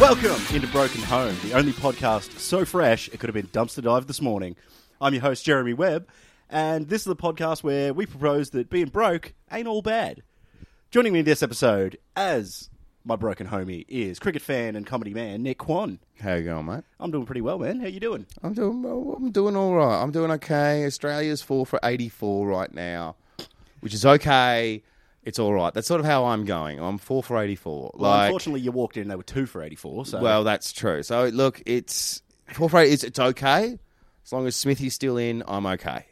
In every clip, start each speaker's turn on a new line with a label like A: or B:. A: Welcome into Broken Home, the only podcast so fresh it could have been dumpster dive this morning. I'm your host, Jeremy Webb, and this is the podcast where we propose that being broke ain't all bad. Joining me in this episode, as my broken homie, is cricket fan and comedy man Nick Kwan.
B: How you going, mate?
A: I'm doing pretty well, man. How you doing?
B: I'm doing. I'm doing all right. I'm doing okay. Australia's four for eighty-four right now, which is okay. It's all right. That's sort of how I'm going. I'm four for eighty-four.
A: Well,
B: like,
A: unfortunately, you walked in; they were two for eighty-four. So,
B: well, that's true. So look, it's four for eight. It's, it's okay as long as Smithy's still in. I'm okay.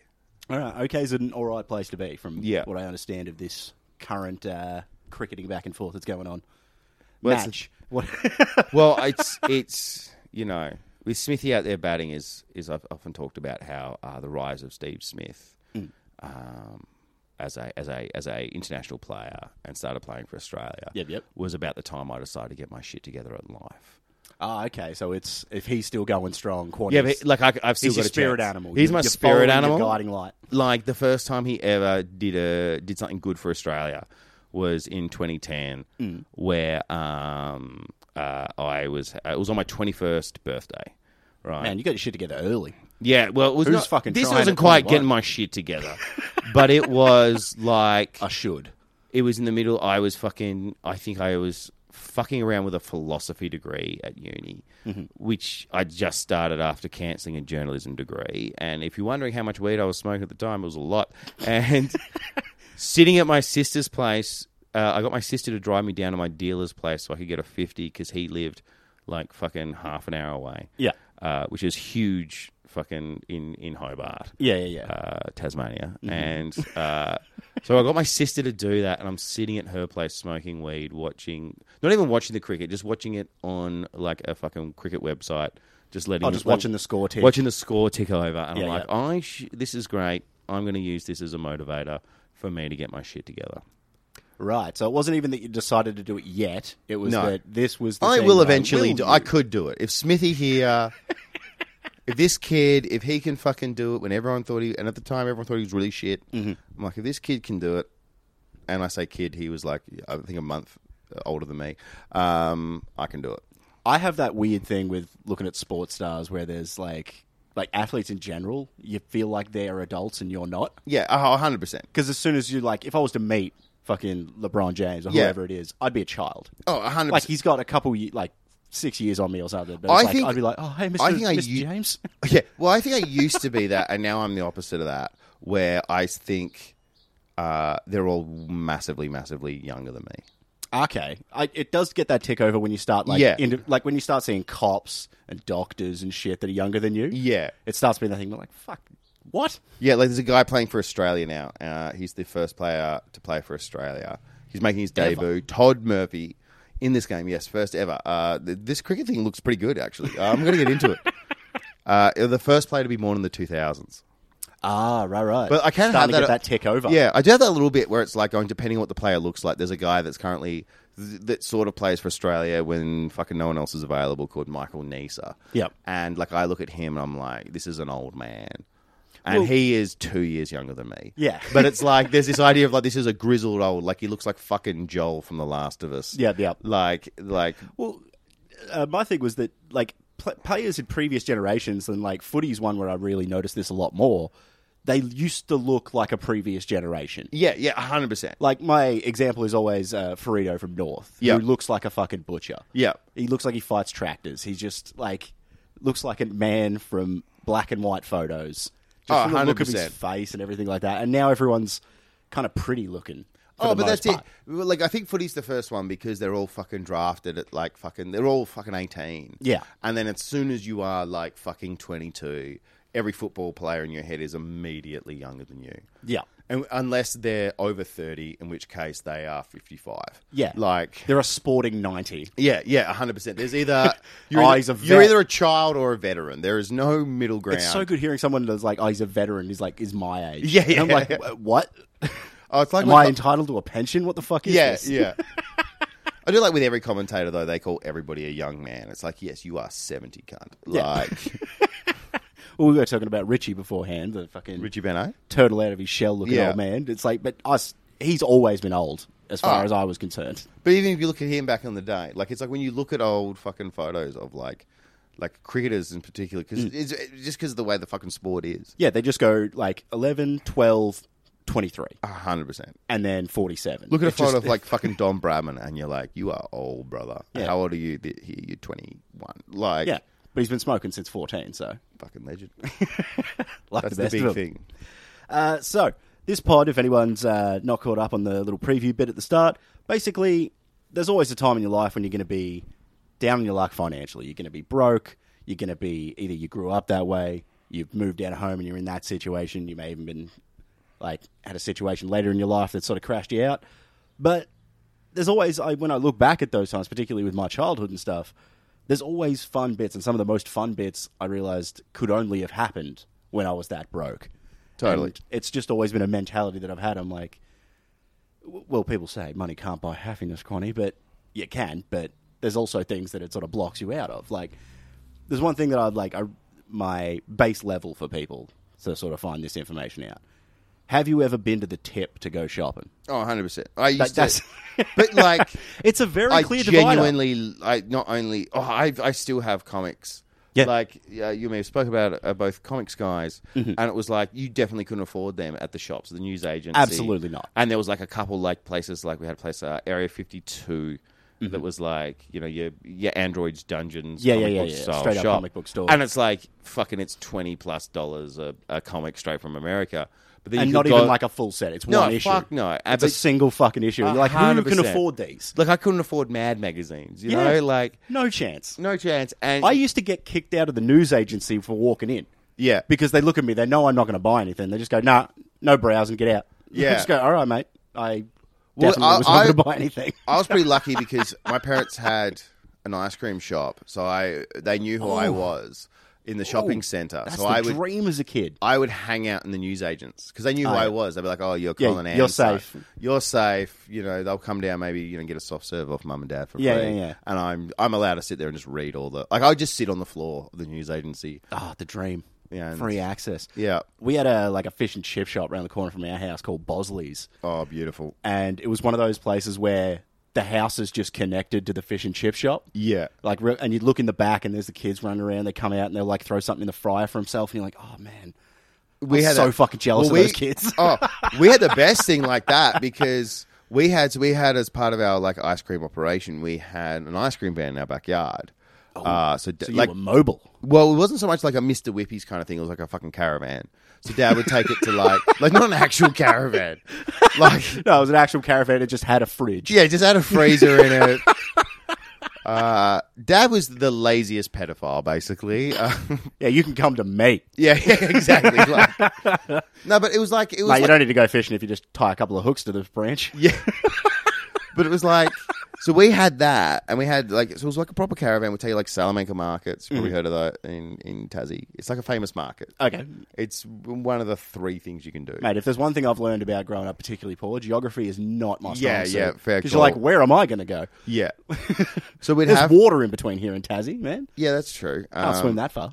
A: all right, okay is an all right place to be, from
B: Yeah.
A: what I understand of this current uh, cricketing back and forth that's going on.
B: Well, it's-
A: Match. What?
B: Well, it's it's you know with Smithy out there batting is is I've often talked about how uh, the rise of Steve Smith um, as a as a as a international player and started playing for Australia.
A: Yep, yep.
B: Was about the time I decided to get my shit together in life.
A: Ah, okay. So it's if he's still going strong, Quan
B: Yeah,
A: is-
B: but like I, have still
A: he's
B: got
A: your
B: a
A: spirit
B: chance.
A: animal.
B: He's
A: You're-
B: my
A: you're
B: spirit
A: following
B: animal.
A: Your guiding light.
B: Like the first time he ever did a did something good for Australia was in 2010,
A: Mm.
B: where um, uh, I was it was on my 21st birthday, right?
A: Man, you got your shit together early.
B: Yeah, well, it was
A: Who's
B: not,
A: fucking
B: this
A: trying at point
B: wasn't quite
A: one?
B: getting my shit together, but it was like
A: I should.
B: it was in the middle. I was fucking. I think I was fucking around with a philosophy degree at uni, which I just started after cancelling a journalism degree. And if you're wondering how much weed I was smoking at the time, it was a lot. And sitting at my sister's place, uh, I got my sister to drive me down to my dealer's place so I could get a fifty because he lived like fucking half an hour away.
A: Yeah.
B: uh, which is huge. Fucking in in Hobart
A: Yeah, yeah, yeah. Mm-hmm.
B: uh, Tasmania, and uh, so I got my sister to do that, and I'm sitting at her place smoking weed, watching, not even watching the cricket, just watching it on like a fucking cricket website, just letting,
A: oh, just
B: let-
A: watching the score tick.
B: watching the score tick over, and
A: Yeah,
B: I'm like,
A: yeah.
B: I sh- this is great. I'm going to use this as a motivator for me to get my shit together.
A: Right. So it wasn't even that you decided to do it yet. It was
B: No.
A: that this was. The
B: I
A: thing
B: will
A: that
B: eventually.
A: will
B: do,
A: do.
B: I could do it if Smithy here. if this kid, if he can fucking do it, when everyone thought he, and at the time everyone thought he was really shit.
A: Mm-hmm.
B: I'm like, if this kid can do it, and I say kid, he was like, I think a month uh, older than me. Um, I can do it.
A: I have that weird thing with looking at sports stars where there's like like athletes in general, you feel like they're adults and you're not.
B: Yeah, a hundred percent.
A: Because as soon as you like, if I was to meet fucking LeBron James or
B: Yeah.
A: whoever it is, I'd be a child.
B: Oh, a hundred.
A: Like
B: percent.
A: he's got a couple ye- like six years on me or something. But
B: I
A: it's like,
B: think-
A: I'd be like, oh hey, Mr.
B: I think I
A: Mr.
B: u-
A: James.
B: Yeah. Well, I think I used to be that, and now I'm the opposite of that, where I think uh, they're all massively, massively younger than me.
A: Okay, I, it does get that tick over when you start like
B: Yeah.
A: into, like when you start seeing cops and doctors and shit that are younger than you.
B: Yeah.
A: it starts being that thing. Like fuck, what?
B: Yeah, like there's a guy playing for Australia now. Uh, he's the first player to play for Australia. He's making his
A: Ever.
B: debut. Todd Murphy in this game, yes, first ever. Uh, th- this cricket thing looks pretty good, actually. Uh, I'm going to get into it. Uh, the first player to be born in the 2000s.
A: Ah, right, right.
B: But I can
A: Starting
B: have
A: to
B: that,
A: get
B: uh,
A: that tick over.
B: Yeah, I do have that little bit where it's like going depending on what the player looks like. There's a guy that's currently th- that sort of plays for Australia when fucking no one else is available called Michael Nisa.
A: Yep.
B: And like I look at him and I'm like, this is an old man. And
A: Well-
B: he is two years younger than me.
A: Yeah.
B: But it's like there's this idea of like this is a grizzled old, like he looks like fucking Joel from The Last of Us.
A: Yep, yep.
B: Like like
A: Well, uh, my thing was that like pl- players in previous generations, and like footy's one where I really noticed this a lot more. They used to look like a previous generation.
B: Yeah, yeah, hundred percent.
A: Like my example is always uh, Ferrito from North,
B: Yeah.
A: who looks like a fucking butcher.
B: Yeah.
A: he looks like he fights tractors. He just like looks like a man from black and white photos. Just
B: Oh,
A: from the look of his
B: 100%.
A: face and everything like that. And now everyone's kind of pretty looking. for
B: Oh,
A: the
B: but
A: most
B: that's
A: part.
B: it. Well, Like I think footy's the first one because they're all fucking drafted at like fucking they're all fucking eighteen.
A: Yeah.
B: And then as soon as you are like fucking twenty two, every football player in your head is immediately younger than you.
A: Yeah.
B: And unless they're over thirty, in which case they are fifty five.
A: Yeah.
B: Like
A: They're a sporting 90.
B: yeah, yeah, hundred percent. There's either you're,
A: Oh,
B: either,
A: he's a
B: you're
A: vet.
B: either a child or a veteran. There is no middle ground.
A: It's so good hearing someone that's like, oh, he's a veteran. He's like, is my age.
B: Yeah,
A: And I'm
B: yeah,
A: like,
B: yeah.
A: "Wh- what?
B: Oh, it's like
A: Am
B: when-
A: I entitled to a pension? What the fuck is
B: Yeah,
A: this?
B: yeah. I do like with every commentator though, they call everybody a young man. It's like, yes, you are seventy, cunt.
A: Yeah.
B: Like
A: Well, we were talking about Richie beforehand, the fucking
B: Richie Beno.
A: turtle out of his shell looking
B: Yeah.
A: old man. It's like, but us, he's always been old. as far
B: Oh.
A: as I was concerned.
B: But even if you look at him back in the day, like it's like when you look at old fucking photos of like like cricketers in particular, because
A: Mm.
B: it's it's just because of the way the fucking sport is.
A: Yeah, they just go like 11, 12, 23,
B: A hundred percent.
A: and then 47.
B: Look at a
A: It's just-
B: photo of like fucking Don Bradman, and you're like, you are old, brother.
A: Yeah.
B: How old are you? Th- Here, you're 21. Like,
A: Yeah, but he's been smoking since 14, so
B: fucking legend.
A: like
B: That's
A: the
B: the,
A: best
B: big
A: of them.
B: thing.
A: Uh, so this pod, if anyone's uh, not caught up on the little preview bit at the start, basically, there's always a time in your life when you're going to be down on your luck financially. You're going to be broke. You're going to be either you grew up that way, you've moved out of home, and you're in that situation. You may even been like had a situation later in your life that sort of crashed you out. But there's always I, when I look back at those times, particularly with my childhood and stuff, there's always fun bits, and some of the most fun bits I realized could only have happened when I was that broke.
B: Totally.
A: And it's just always been a mentality that I've had. I'm like, w- well, people say money can't buy happiness, Connie, but you can. But there's also things that it sort of blocks you out of. Like, there's one thing that I'd like I, my base level for people to sort of find this information out. Have you ever been to the tip to go shopping?
B: Oh, 100%. I used
A: that's-
B: to. But like,
A: It's a very
B: I
A: clear divider.
B: genuinely, I not only, oh, I, I still have comics.
A: Yeah.
B: Like, uh, you may have spoke about it, uh, both comics guys,
A: Mm-hmm.
B: and it was like, you definitely couldn't afford them at the shops, the news agency.
A: Absolutely not.
B: And there was like a couple like places, like we had a place, uh, Area 52. That was like you know your your Android's Dungeons
A: Mm-hmm. Yeah, yeah,
B: comic
A: yeah,
B: book
A: yeah.
B: style
A: Straight up
B: shop.
A: comic book store.
B: and it's like fucking it's twenty plus dollars a, a comic straight from America, but then
A: and
B: you
A: not
B: could
A: even
B: go-
A: like a full set. It's
B: no
A: one issue.
B: fuck no
A: It's a
B: But-
A: single fucking issue. You're like, who can
B: 100%.
A: afford these?
B: Like I couldn't afford Mad magazines, you
A: Yeah.
B: know, like
A: No chance.
B: no chance. And
A: I used to get kicked out of the news agency for walking in
B: yeah,
A: because they look at me. They know I'm not going to buy anything. They just go, nah, no browse and get out.
B: Yeah.
A: just go, all right, mate. I
B: Well,
A: definitely
B: I-
A: was not
B: I-
A: going to buy anything.
B: I was pretty lucky because my parents had an ice cream shop, so I they knew who I was in the shopping center.
A: Oh. That's
B: So
A: the
B: I would
A: dream as a kid.
B: I would hang out in the newsagents because they knew who
A: Oh, yeah.
B: I was. They'd be like, "Oh, you're
A: Yeah,
B: Colin Ann.
A: you're
B: so
A: safe.
B: You're safe." You know, they'll come down, maybe you know, get a soft serve off mum and dad for
A: Yeah,
B: free.
A: yeah, yeah.
B: And I'm I'm allowed to sit there and just read all the like. I would just sit on the floor of the news agency.
A: Ah, the dream.
B: Yeah, and-
A: free access.
B: Yeah.
A: We had a like a fish and chip shop around the corner from our house called Bosley's.
B: Oh, beautiful.
A: and it was one of those places where the house is just connected to the fish and chip shop.
B: Yeah.
A: Like, re- and you look in the back, and there's the kids running around. They come out and they'll like throw something in the fryer for himself, and you're like, "Oh man,
B: we
A: I'm
B: had
A: so
B: that-
A: fucking jealous
B: Well,
A: of
B: we-
A: those kids."
B: oh, we had the best thing like that because we had we had as part of our like ice cream operation, we had an ice cream van in our backyard. uh, so, d-
A: Oh, So
B: like,
A: you were mobile.
B: well, it wasn't so much like a Mister Whippies kind of thing. It was like a fucking caravan. So Dad would take it to like, like not an actual caravan, like
A: No, it was an actual caravan. It just had a fridge.
B: yeah, just had a freezer in it. Uh, Dad was the laziest pedophile, basically. Uh,
A: Yeah, you can come to me.
B: yeah, yeah, exactly. Like, no, but it was like it
A: Like,
B: was like,
A: you don't need to go fishing if you just tie a couple of hooks to the branch.
B: Yeah. but it was like, so we had that, and we had like, so it was like a proper caravan. We tell you like Salamanca markets. You've
A: Mm.
B: probably heard of that in in Tassie. It's like a famous market.
A: Okay,
B: It's one of the three things you can do.
A: Uh, mate. If there's one thing I've learned about growing up, particularly poor, geography is not my strong
B: Yeah, yeah, fair
A: Because you're
B: call.
A: like, where am I going to go?
B: Yeah. so we'd
A: There's
B: have.
A: water in between here and Tassie, man.
B: yeah, that's true. Um,
A: I'll swim that far.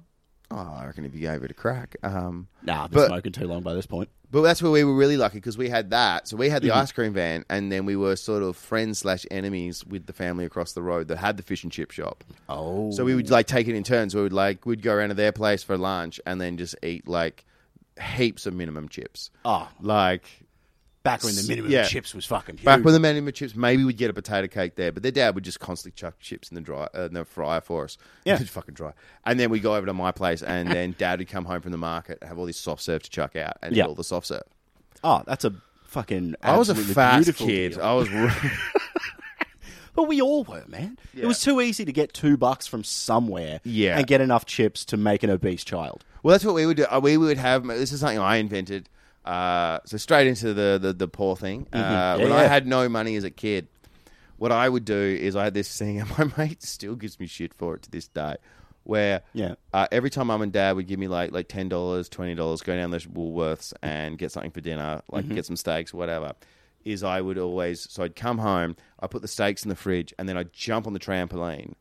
B: Oh, I reckon if you gave it a crack. Um,
A: Nah, I've been
B: but-
A: smoking too long by this point.
B: But that's where we were really lucky because we had that. So we had the
A: Mm-hmm.
B: ice cream van, and then we were sort of friends slash enemies with the family across the road that had the fish and chip shop.
A: Oh,
B: So we would like take it in turns. We would like we'd go around to their place for lunch and then just eat like heaps of minimum chips.
A: Ah,
B: Like
A: back when the minimum
B: Yeah.
A: chips was fucking huge.
B: back with the minimum chips, maybe we'd get a potato cake there, but their dad would just constantly chuck chips in the dry uh, in the fryer for us.
A: Yeah.
B: It's fucking dry. And then we'd go over to my place, and then dad would come home from the market and have all this soft serve to chuck out and
A: Yeah.
B: eat all the soft serve.
A: oh, that's a fucking.
B: I was a
A: absolutely
B: fat
A: beautiful
B: kid.
A: deal.
B: I was. re-
A: but we all were, man. It
B: Yeah.
A: was too easy to get two bucks from somewhere,
B: Yeah.
A: and get enough chips to make an obese child.
B: Well, that's what we would do. Uh, We would have. This is something I invented. Uh, so straight into the the, the poor thing. Uh,
A: Mm-hmm. Yeah,
B: when I
A: yeah.
B: had no money as a kid, what I would do is I had this thing, and my mate still gives me shit for it to this day. Where
A: Yeah.
B: uh, every time mum and dad would give me like like ten dollars, twenty dollars, go down the Woolworths and get something for dinner, like
A: Mm-hmm.
B: get some steaks, whatever. Is I would always so I'd come home, I put the steaks in the fridge, and then I'd jump on the trampoline,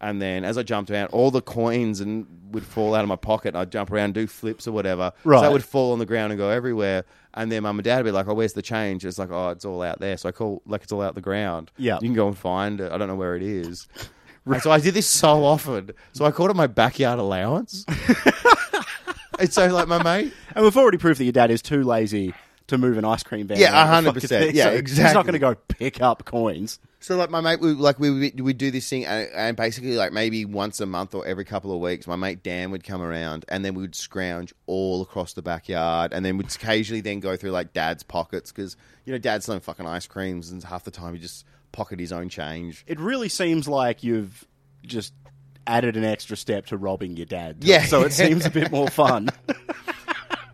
B: And then as I jumped around, all the coins and would fall out of my pocket. And I'd jump around, do flips or whatever.
A: Right.
B: So that would fall on the ground and go everywhere. And then mum and dad would be like, oh, where's the change? It's like, oh, it's all out there. So I call, like, it's all out the ground.
A: Yeah.
B: You can go and find it. I don't know where it is. And so I did this so often. So I called it my backyard allowance. and so, like, my mate,
A: And we've already proved that your dad is too lazy to move an ice cream van.
B: Yeah,
A: around the fucking
B: 100%.
A: thing,
B: Yeah,
A: so He's not
B: exactly.
A: going to go pick up coins.
B: So like my mate, we like we would we'd do this thing, and, and basically like maybe once a month or every couple of weeks, my mate Dan would come around, and then we would scrounge all across the backyard, and then we'd occasionally then go through like Dad's pockets because you know Dad's selling fucking ice creams, and half the time he just pocket his own change.
A: It really seems like you've just added an extra step to robbing your dad.
B: Yeah.
A: So it seems a bit more fun.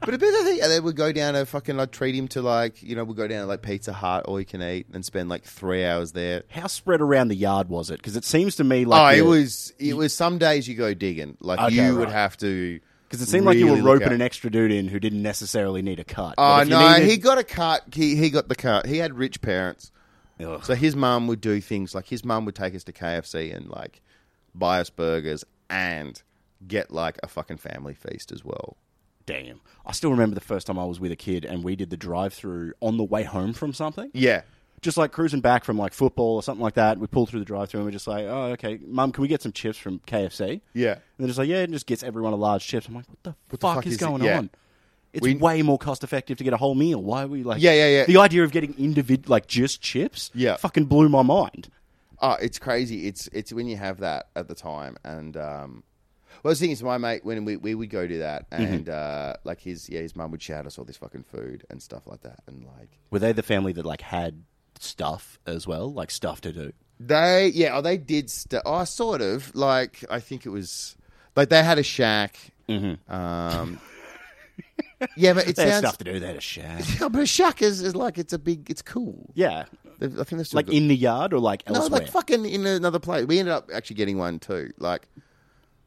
B: But a bit of the, and then we'd go down and fucking like treat him to like you know we'd go down to like Pizza Hut, all you can eat, and spend like three hours there.
A: How spread around the yard was it? Because it seems to me
B: Oh,
A: like
B: it
A: you-
B: was it was some days you go digging, like
A: Okay,
B: you would
A: right.
B: have to.
A: Because it seemed like you were
B: really look
A: roping
B: out.
A: an extra dude in who didn't necessarily need a cut. But
B: Oh
A: if you
B: no,
A: needed-
B: he got a cut. He he got the cut. He had rich parents,
A: Ugh.
B: so his mum would do things like his mum would take us to KFC and like buy us burgers and get like a fucking family feast as well.
A: Damn. I still remember the first time I was with a kid and we did the drive through on the way home from something.
B: Yeah,
A: Just like cruising back from like football or something like that. We pulled through the drive through and we're just like, oh, okay, mum, can we get some chips from KFC? And
B: yeah.
A: they're just like, yeah, and just gets everyone a large chips. I'm like, what the, fuck,
B: fuck
A: is,
B: is it?
A: going
B: Yeah.
A: on? It's
B: We-
A: way more cost effective to get a whole meal. Why are we like.
B: Yeah, yeah, yeah.
A: The idea of getting individ like just chips
B: Yeah.
A: fucking blew my mind.
B: Oh, it's crazy. It's it's when you have that at the time, and um, well, the thing is, my mate when we, we would go do that,
A: Mm-hmm.
B: and uh, like his yeah, his mum would shout us all this fucking food and stuff like that, and like
A: Were they the family that like had stuff as well? Like stuff to do?
B: They yeah, oh, they did. St- oh, sort of. Like I think it was like they had a shack. Mm-hmm. Um, yeah, but it
A: They had
B: sounds.
A: stuff to do. They had a shack.
B: Yeah, but a shack is, is like it's a big. It's cool.
A: Yeah.
B: They- I think they've still
A: Like
B: got-
A: in the yard or like
B: no,
A: elsewhere?
B: like fucking in another place. We ended up actually getting one too. Like,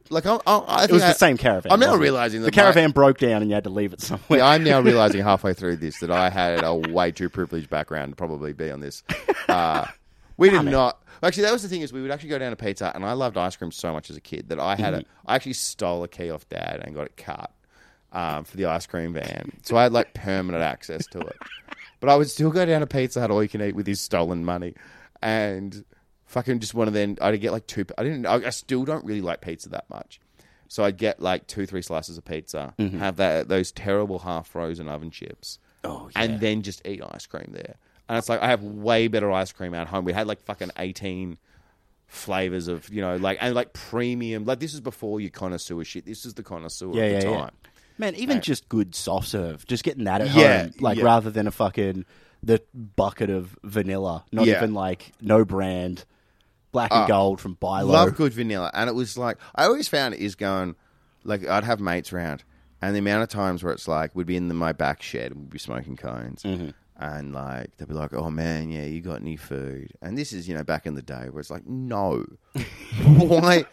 B: like I, I, I think
A: it was
B: I-
A: the same caravan.
B: I'm now
A: wasn't it?
B: realizing
A: the
B: that my-
A: caravan broke down and you had to leave it somewhere.
B: Yeah, I'm now realizing halfway through this that I had a way too privileged background to probably be on this. Uh, we did not. Actually, that was the thing is we would actually go down to Pizza, Hut, and I loved ice cream so much as a kid that I had a. I actually stole a key off Dad and got it cut um, for the ice cream van, so I had like permanent access to it. But I would still go down to Pizza Hut all you can eat with his stolen money, and fucking just one of them. I'd get like two. I didn't. I, I still don't really like pizza that much. So I'd get like two, three slices of pizza, have that those terrible half frozen oven chips,
A: Oh,
B: and then just eat ice cream there. And it's like I have way better ice cream at home. We had like fucking eighteen flavors of you know like and like premium. Like this is before your connoisseur shit. This is the connoisseur
A: yeah,
B: at
A: yeah,
B: the
A: yeah.
B: time.
A: Man, even just good soft serve, just getting that at
B: Yeah,
A: home, like
B: yeah.
A: rather than a fucking the bucket of vanilla, not
B: Yeah. Uh,
A: even like no brand, black and gold from Bilo.
B: Love good vanilla, and it was like I always found it is going like I'd have mates round, and the amount of times where it's like we'd be in the, my back shed and we'd be smoking cones,
A: Mm-hmm.
B: and like they'd be like, "Oh man, yeah, you got any food?" And this is you know back in the day where it's like, "No, why?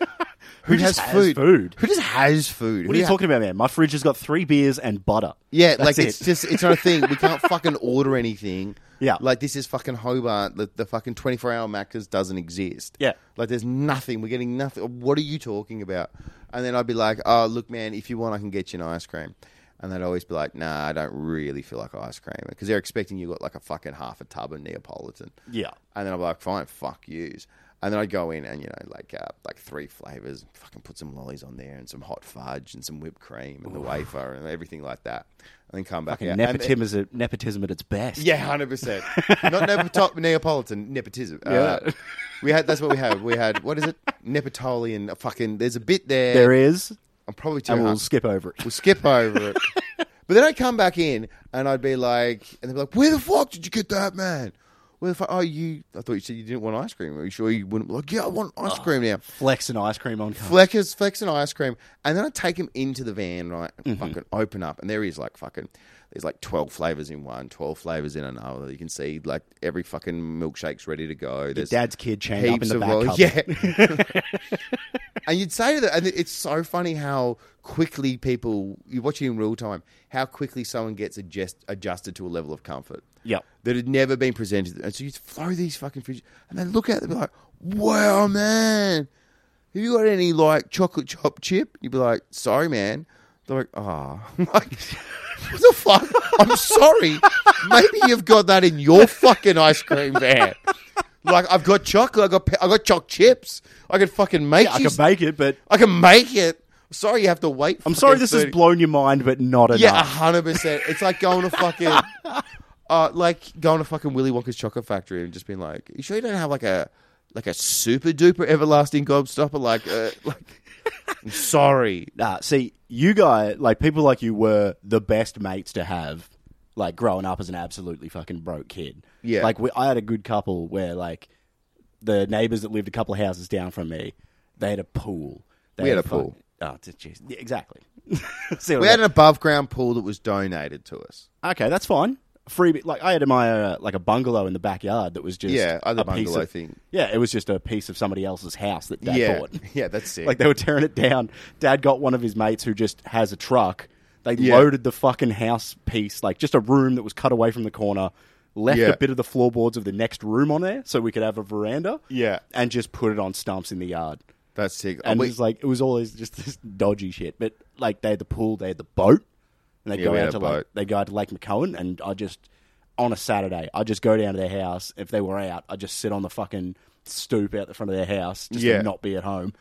B: Who,
A: just has
B: has, food?
A: food?
B: Who just has food?
A: What are you talking about, man? My fridge has got three beers and butter.
B: yeah,
A: That's
B: like
A: it.
B: it's just it's not a thing. We can't fucking order anything.
A: Yeah.
B: like this is fucking Hobart. The, the fucking twenty four hour Macca's doesn't exist.
A: Yeah.
B: like there's nothing. We're getting nothing. What are you talking about? And then I'd be like, oh look, man, if you want, I can get you an ice cream. And they'd always be like, nah, I don't really feel like ice cream because they're expecting you got like a fucking half a tub of Neapolitan.
A: Yeah.
B: And then I'd be like, fine, fuck yous. And then I'd go in and, you know, like uh, like three flavors, fucking put some lollies on there and some hot fudge and some whipped cream and the wafer and everything like that. And then come back
A: Fucking
B: out. And-
A: nepotism, is at, nepotism at its best.
B: yeah, hundred percent. Not nepotop Neapolitan nepotism.
A: Yeah.
B: Uh, we had that's what we had. We had what is it? Nepotolian uh, fucking. There's a bit there.
A: There is,
B: I'm probably too.
A: and we'll
B: hung-
A: skip over it.
B: we'll skip over it. But then I'd come back in and I'd be like, and they'd be like, where the fuck did you get that, man? Where the fuck? Oh, you. I thought you said you didn't want ice cream. Are you sure you wouldn't? Like, yeah, I want ice cream now.
A: Flex and ice cream on. Fle-
B: Fleckers, flex and ice cream, and then I take him into the van, right? And fucking open up, and there is like fucking, there's like twelve flavors in one, 12 flavors in another. You can see like every fucking milkshake's ready to go. There's
A: Dad's kid chained up in
B: heaps
A: the
B: of
A: back
B: lollies.
A: cupboard.
B: yeah. and you'd say to that, and it's so funny how quickly people you watch it in real time, how quickly someone gets adjust, adjusted to a level of comfort.
A: Yep.
B: That had never been presented, and so you throw these fucking fridges, and they look at them like, "Wow, man, have you got any like chocolate chop chip? You'd be like, sorry, man. They're like, ah, I'm like, what the fuck? I'm sorry. Maybe you've got that in your fucking ice cream van. Like, I've got chocolate. I got pe- I got choc chips. I could fucking make.
A: I
B: you
A: can make it, but
B: I can make it. Sorry, you have to wait.
A: I'm sorry this has blown your mind, but not enough.
B: Yeah, hundred percent. It's like going to fucking, uh, like going to fucking Willy Wonka's chocolate factory and just being like, "You sure you don't have like a like a super duper everlasting gobstopper?" Like, uh, like, I'm sorry.
A: Nah, see, you guys, like people like you, were the best mates to have, like growing up as an absolutely fucking broke kid.
B: Yeah.
A: like we, I had a good couple where like the neighbors that lived a couple of houses down from me, they had a pool. They
B: We had a
A: fuck-
B: pool.
A: Oh, d- jeez, yeah, exactly. See what
B: We
A: I
B: had
A: mean?
B: an above ground pool that was donated to us.
A: okay, that's fine. Free, like I had my uh, like a bungalow in the backyard that was just
B: Yeah, other
A: a piece
B: bungalow
A: of-
B: thing.
A: Yeah, it was just a piece of somebody else's house that Dad
B: yeah,
A: bought.
B: yeah, that's it.
A: Like they were tearing it down. Dad got one of his mates who just has a truck. They
B: Yeah.
A: loaded the fucking house piece, like just a room that was cut away from the corner, left
B: Yeah.
A: a bit of the floorboards of the next room on there so we could have a veranda.
B: Yeah.
A: And just put it on stumps in the yard.
B: that's sick.
A: And
B: we-
A: it was like it was always just this dodgy shit. But like they had the pool, they had the boat. And they
B: Yeah,
A: would go
B: we
A: out
B: had
A: to
B: a
A: like
B: boat.
A: they go out to Lake McCohen and I just on a Saturday, I just go down to their house. If they were out, I just sit on the fucking stoop out the front of their house just
B: Yeah.
A: to not be at home.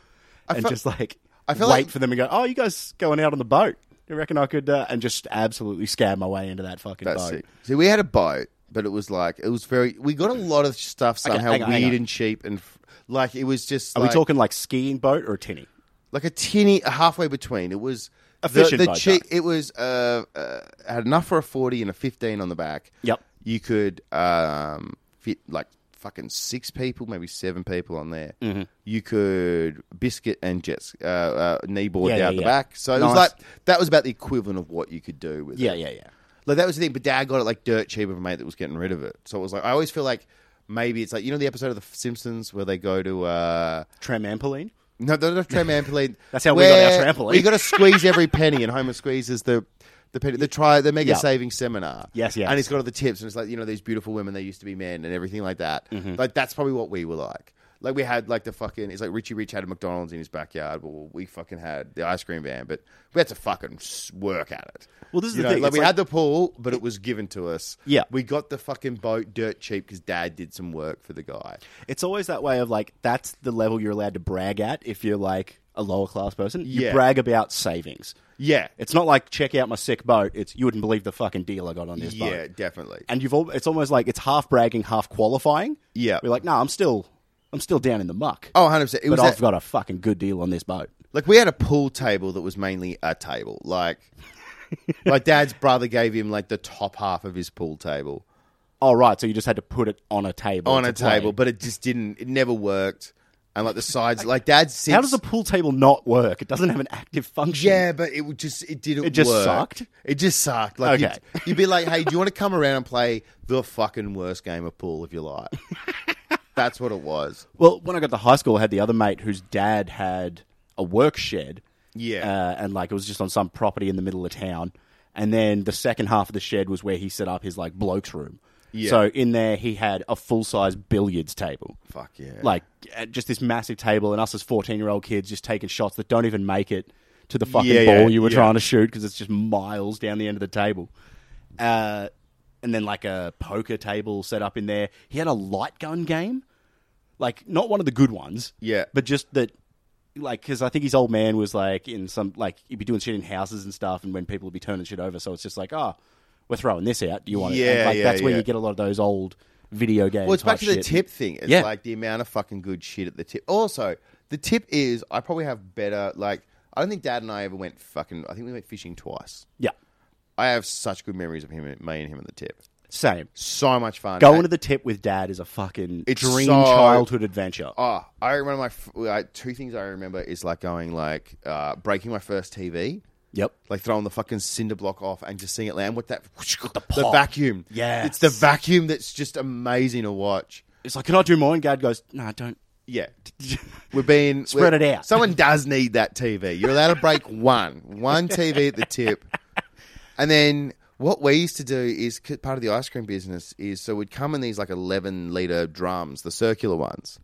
A: and
B: fe-
A: just like
B: I feel
A: wait
B: like-
A: for them and go, Oh, you guys going out on the boat. You reckon I could uh, and just absolutely scab my way into that fucking
B: That's
A: boat.
B: it. See, we had a boat, but it was like it was very. We got a lot of stuff somehow
A: hang on, hang
B: weird
A: on.
B: and cheap, and f- like it was just.
A: Are
B: like,
A: we talking like skiing boat or a tinny?
B: like a tinny halfway between? It was
A: A
B: the,
A: fishing
B: the
A: boat,
B: cheap. It was uh, uh, had enough for a forty and a fifteen on the back.
A: Yep.
B: you could um, fit like fucking six people, maybe seven people on there.
A: Mm-hmm.
B: You could biscuit and jets uh, uh, knee board
A: Yeah,
B: down
A: yeah,
B: the
A: yeah.
B: back. So it was
A: Nice.
B: like that was about the equivalent of what you could do with it.
A: Yeah, yeah, yeah.
B: Like that was the thing, but Dad got it like dirt cheap of a mate that was getting rid of it. So it was like I always feel like maybe it's like you know the episode of The Simpsons where they go to uh
A: Trampoline?
B: no not a trampoline.
A: That's how we got our
B: where
A: trampoline.
B: We got to squeeze every penny, and Homer squeezes the the penny. The try the mega
A: Yeah.
B: saving seminar.
A: Yes, yes.
B: And he's got all the tips, and it's like you know these beautiful women they used to be men and everything like that.
A: Mm-hmm.
B: Like that's probably what we were like. Like we had like the fucking it's like Richie Rich had a McDonald's in his backyard, but we fucking had the ice cream van, but we had to fucking s- work at it.
A: Well, this is
B: You
A: the
B: know,
A: thing,
B: Like
A: it's
B: we
A: like-
B: had the pool, but it was given to us.
A: Yeah.
B: we got the fucking boat dirt cheap because Dad did some work for the guy.
A: It's always that way of like that's the level you're allowed to brag at if you're like a lower class person. You
B: Yeah.
A: brag about savings.
B: Yeah,
A: It's not like check out my sick boat. It's you wouldn't believe the fucking deal I got on this
B: yeah,
A: boat.
B: definitely.
A: And you've all, it's almost like it's half bragging, half qualifying.
B: Yeah.
A: We're like, no, I'm still I'm still down in the muck.
B: Oh, 100 percent. It
A: but
B: was
A: I've
B: that,
A: got a fucking good deal on this boat.
B: like we had a pool table that was mainly a table. Like my dad's brother gave him like the top half of his pool table
A: Oh right, so you just had to put it on a table.
B: on
A: to
B: a
A: play.
B: table, but it just didn't. It never worked. And like the sides, like dad's since,
A: How does a pool table not work? It doesn't have an active function.
B: yeah, but it would just it didn't.
A: It just
B: work.
A: sucked?
B: It just sucked. Like
A: Okay.
B: you'd, you'd be like, hey, do you want to come around and play the fucking worst game of pool of your life? That's what it was.
A: Well, when I got to high school, I had the other mate whose dad had a work shed.
B: Yeah.
A: Uh, and like it was just on some property in the middle of town. And then the second half of the shed was where he set up his like bloke's room.
B: Yeah.
A: So in there, he had a full size billiards table.
B: Fuck yeah.
A: Like uh, just this massive table, and us as 14 year old kids just taking shots that don't even make it to the fucking
B: Yeah,
A: ball
B: yeah,
A: you were
B: yeah.
A: trying to shoot because it's just miles down the end of the table. Uh, and then like a poker table set up in there. He had a light gun game like not one of the good ones.
B: Yeah.
A: but just that, like, because I think his old man was like in some like he'd be doing shit in houses and stuff, and when people would be turning shit over, so it's just like, oh, we're throwing this out. Do you want it? And,
B: Yeah,
A: like,
B: yeah,
A: That's where
B: yeah.
A: you get a lot of those old video games.
B: Well, it's back to the tip thing. It's
A: Yeah.
B: like the amount of fucking good shit at the tip. Also, the tip is I probably have better. Like, I don't think Dad and I ever went fucking. I think we went fishing twice.
A: Yeah,
B: I have such good memories of him, and- me and him at the tip.
A: same.
B: So much fun.
A: Going to the tip with dad is a fucking
B: It's
A: dream
B: so-
A: childhood adventure.
B: Oh, I remember my f- like, two things I remember is like going like uh, breaking my first TV.
A: Yep.
B: Like throwing the fucking cinder block off and just seeing it land with that the,
A: pop.
B: vacuum.
A: Yes.
B: it's the vacuum that's just amazing to watch.
A: It's like, can I do mine? Dad goes, no, don't.
B: Yeah. We're being
A: Spread
B: we're-
A: it out.
B: Someone does need that TV. You're allowed to break one, one TV at the tip, and then what we used to do is 'cause part of the ice cream business is so we'd come in these like eleven liter drums, the circular ones,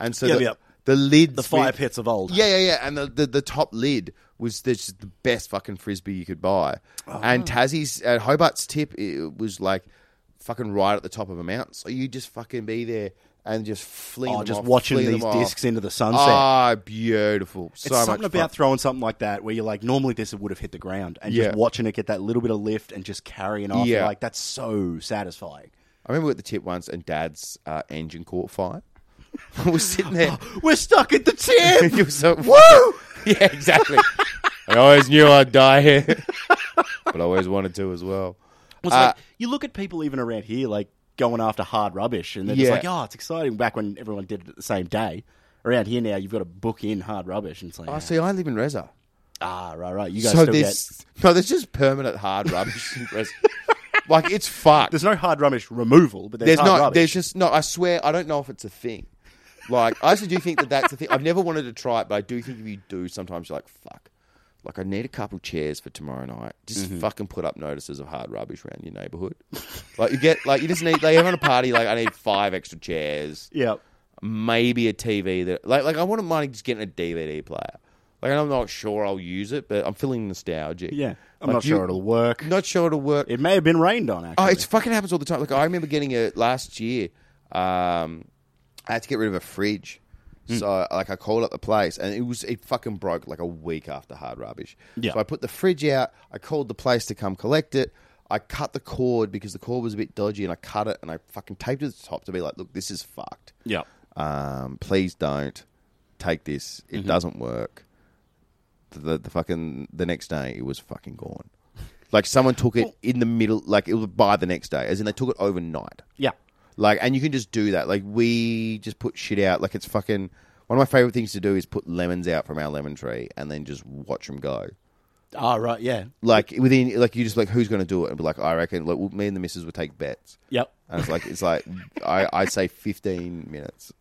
B: and so
A: Yep,
B: the,
A: yep.
B: the lids,
A: The fire
B: with-
A: pits of old.
B: Yeah, yeah, yeah. And the, the, the top lid was the, just the best fucking frisbee you could buy. And
A: Oh.
B: Tassie's at Hobart's tip it was like fucking right at the top of a mountain. So you just fucking be there and just fling
A: Oh,
B: them
A: just
B: off,
A: watching
B: fling
A: these
B: them off.
A: discs into the sunset.
B: Ah, beautiful. So
A: it's something
B: much
A: about
B: fun.
A: throwing something like that where you're like, normally this would have hit the ground, and
B: Yeah.
A: just watching it get that little bit of lift and just carrying off,
B: Yeah.
A: you're like that's so satisfying.
B: I remember we were at the tip once and Dad's uh, engine caught fire. We're sitting there.
A: We're stuck at the
B: and
A: tip.
B: you were so woo. Yeah, exactly. I always knew I'd die here, but I always wanted to as well.
A: It's
B: Uh,
A: like, you look at people even around here, like going after hard rubbish, and they're
B: Yeah.
A: just like, "Oh, it's exciting." Back when everyone did it the same day. Around here now, you've got to book in hard rubbish, and it's like,
B: I see. I live in Reza.
A: ah, right, right. You guys
B: so
A: still
B: there's
A: get.
B: no, there's just permanent hard rubbish. in Reza. like it's fucked.
A: There's no hard rubbish removal, but there's,
B: There's
A: hard
B: not.
A: rubbish.
B: There's just no. I swear, I don't know if it's a thing. Like I actually do think that that's a thing. I've never wanted to try it, but I do think if you do, sometimes you're like, fuck. Like I need a couple chairs for tomorrow night. Just
A: Mm-hmm.
B: fucking put up notices of hard rubbish around your neighborhood. like you get, like you just need. They have on a party. Like I need five extra chairs
A: yeah.
B: maybe a TV that like like I wouldn't mind just getting a DVD player. Like I'm not sure I'll use it, but I'm feeling nostalgic.
A: Yeah, I'm
B: Like,
A: not
B: you-
A: sure it'll work.
B: not sure it'll work.
A: It may have been rained on. Actually,
B: oh, it's fucking happens all the time. Like I remember getting it last year. Um, I had to get rid of a fridge. So like I called up the place and it was it fucking broke like a week after hard rubbish.
A: Yeah.
B: So I put the fridge out. I called the place to come collect it. I cut the cord because the cord was a bit dodgy and I cut it and I fucking taped it to the top to be like, look, this is fucked
A: yeah.
B: um, please don't take this. It doesn't work. The, the, the fucking the next day, it was fucking gone. Like someone took it in the middle. Like it was by the next day, as in they took it overnight.
A: Yeah.
B: Like, and you can just do that. Like we just put shit out. Like it's fucking one of my favorite things to do is put lemons out from our lemon tree and then just watch them go.
A: Oh, right. Yeah.
B: Like within, like you just like who's going to do it and be like, I reckon. Like well, me and the missus would take bets.
A: Yep.
B: And it's like it's like I I say fifteen minutes.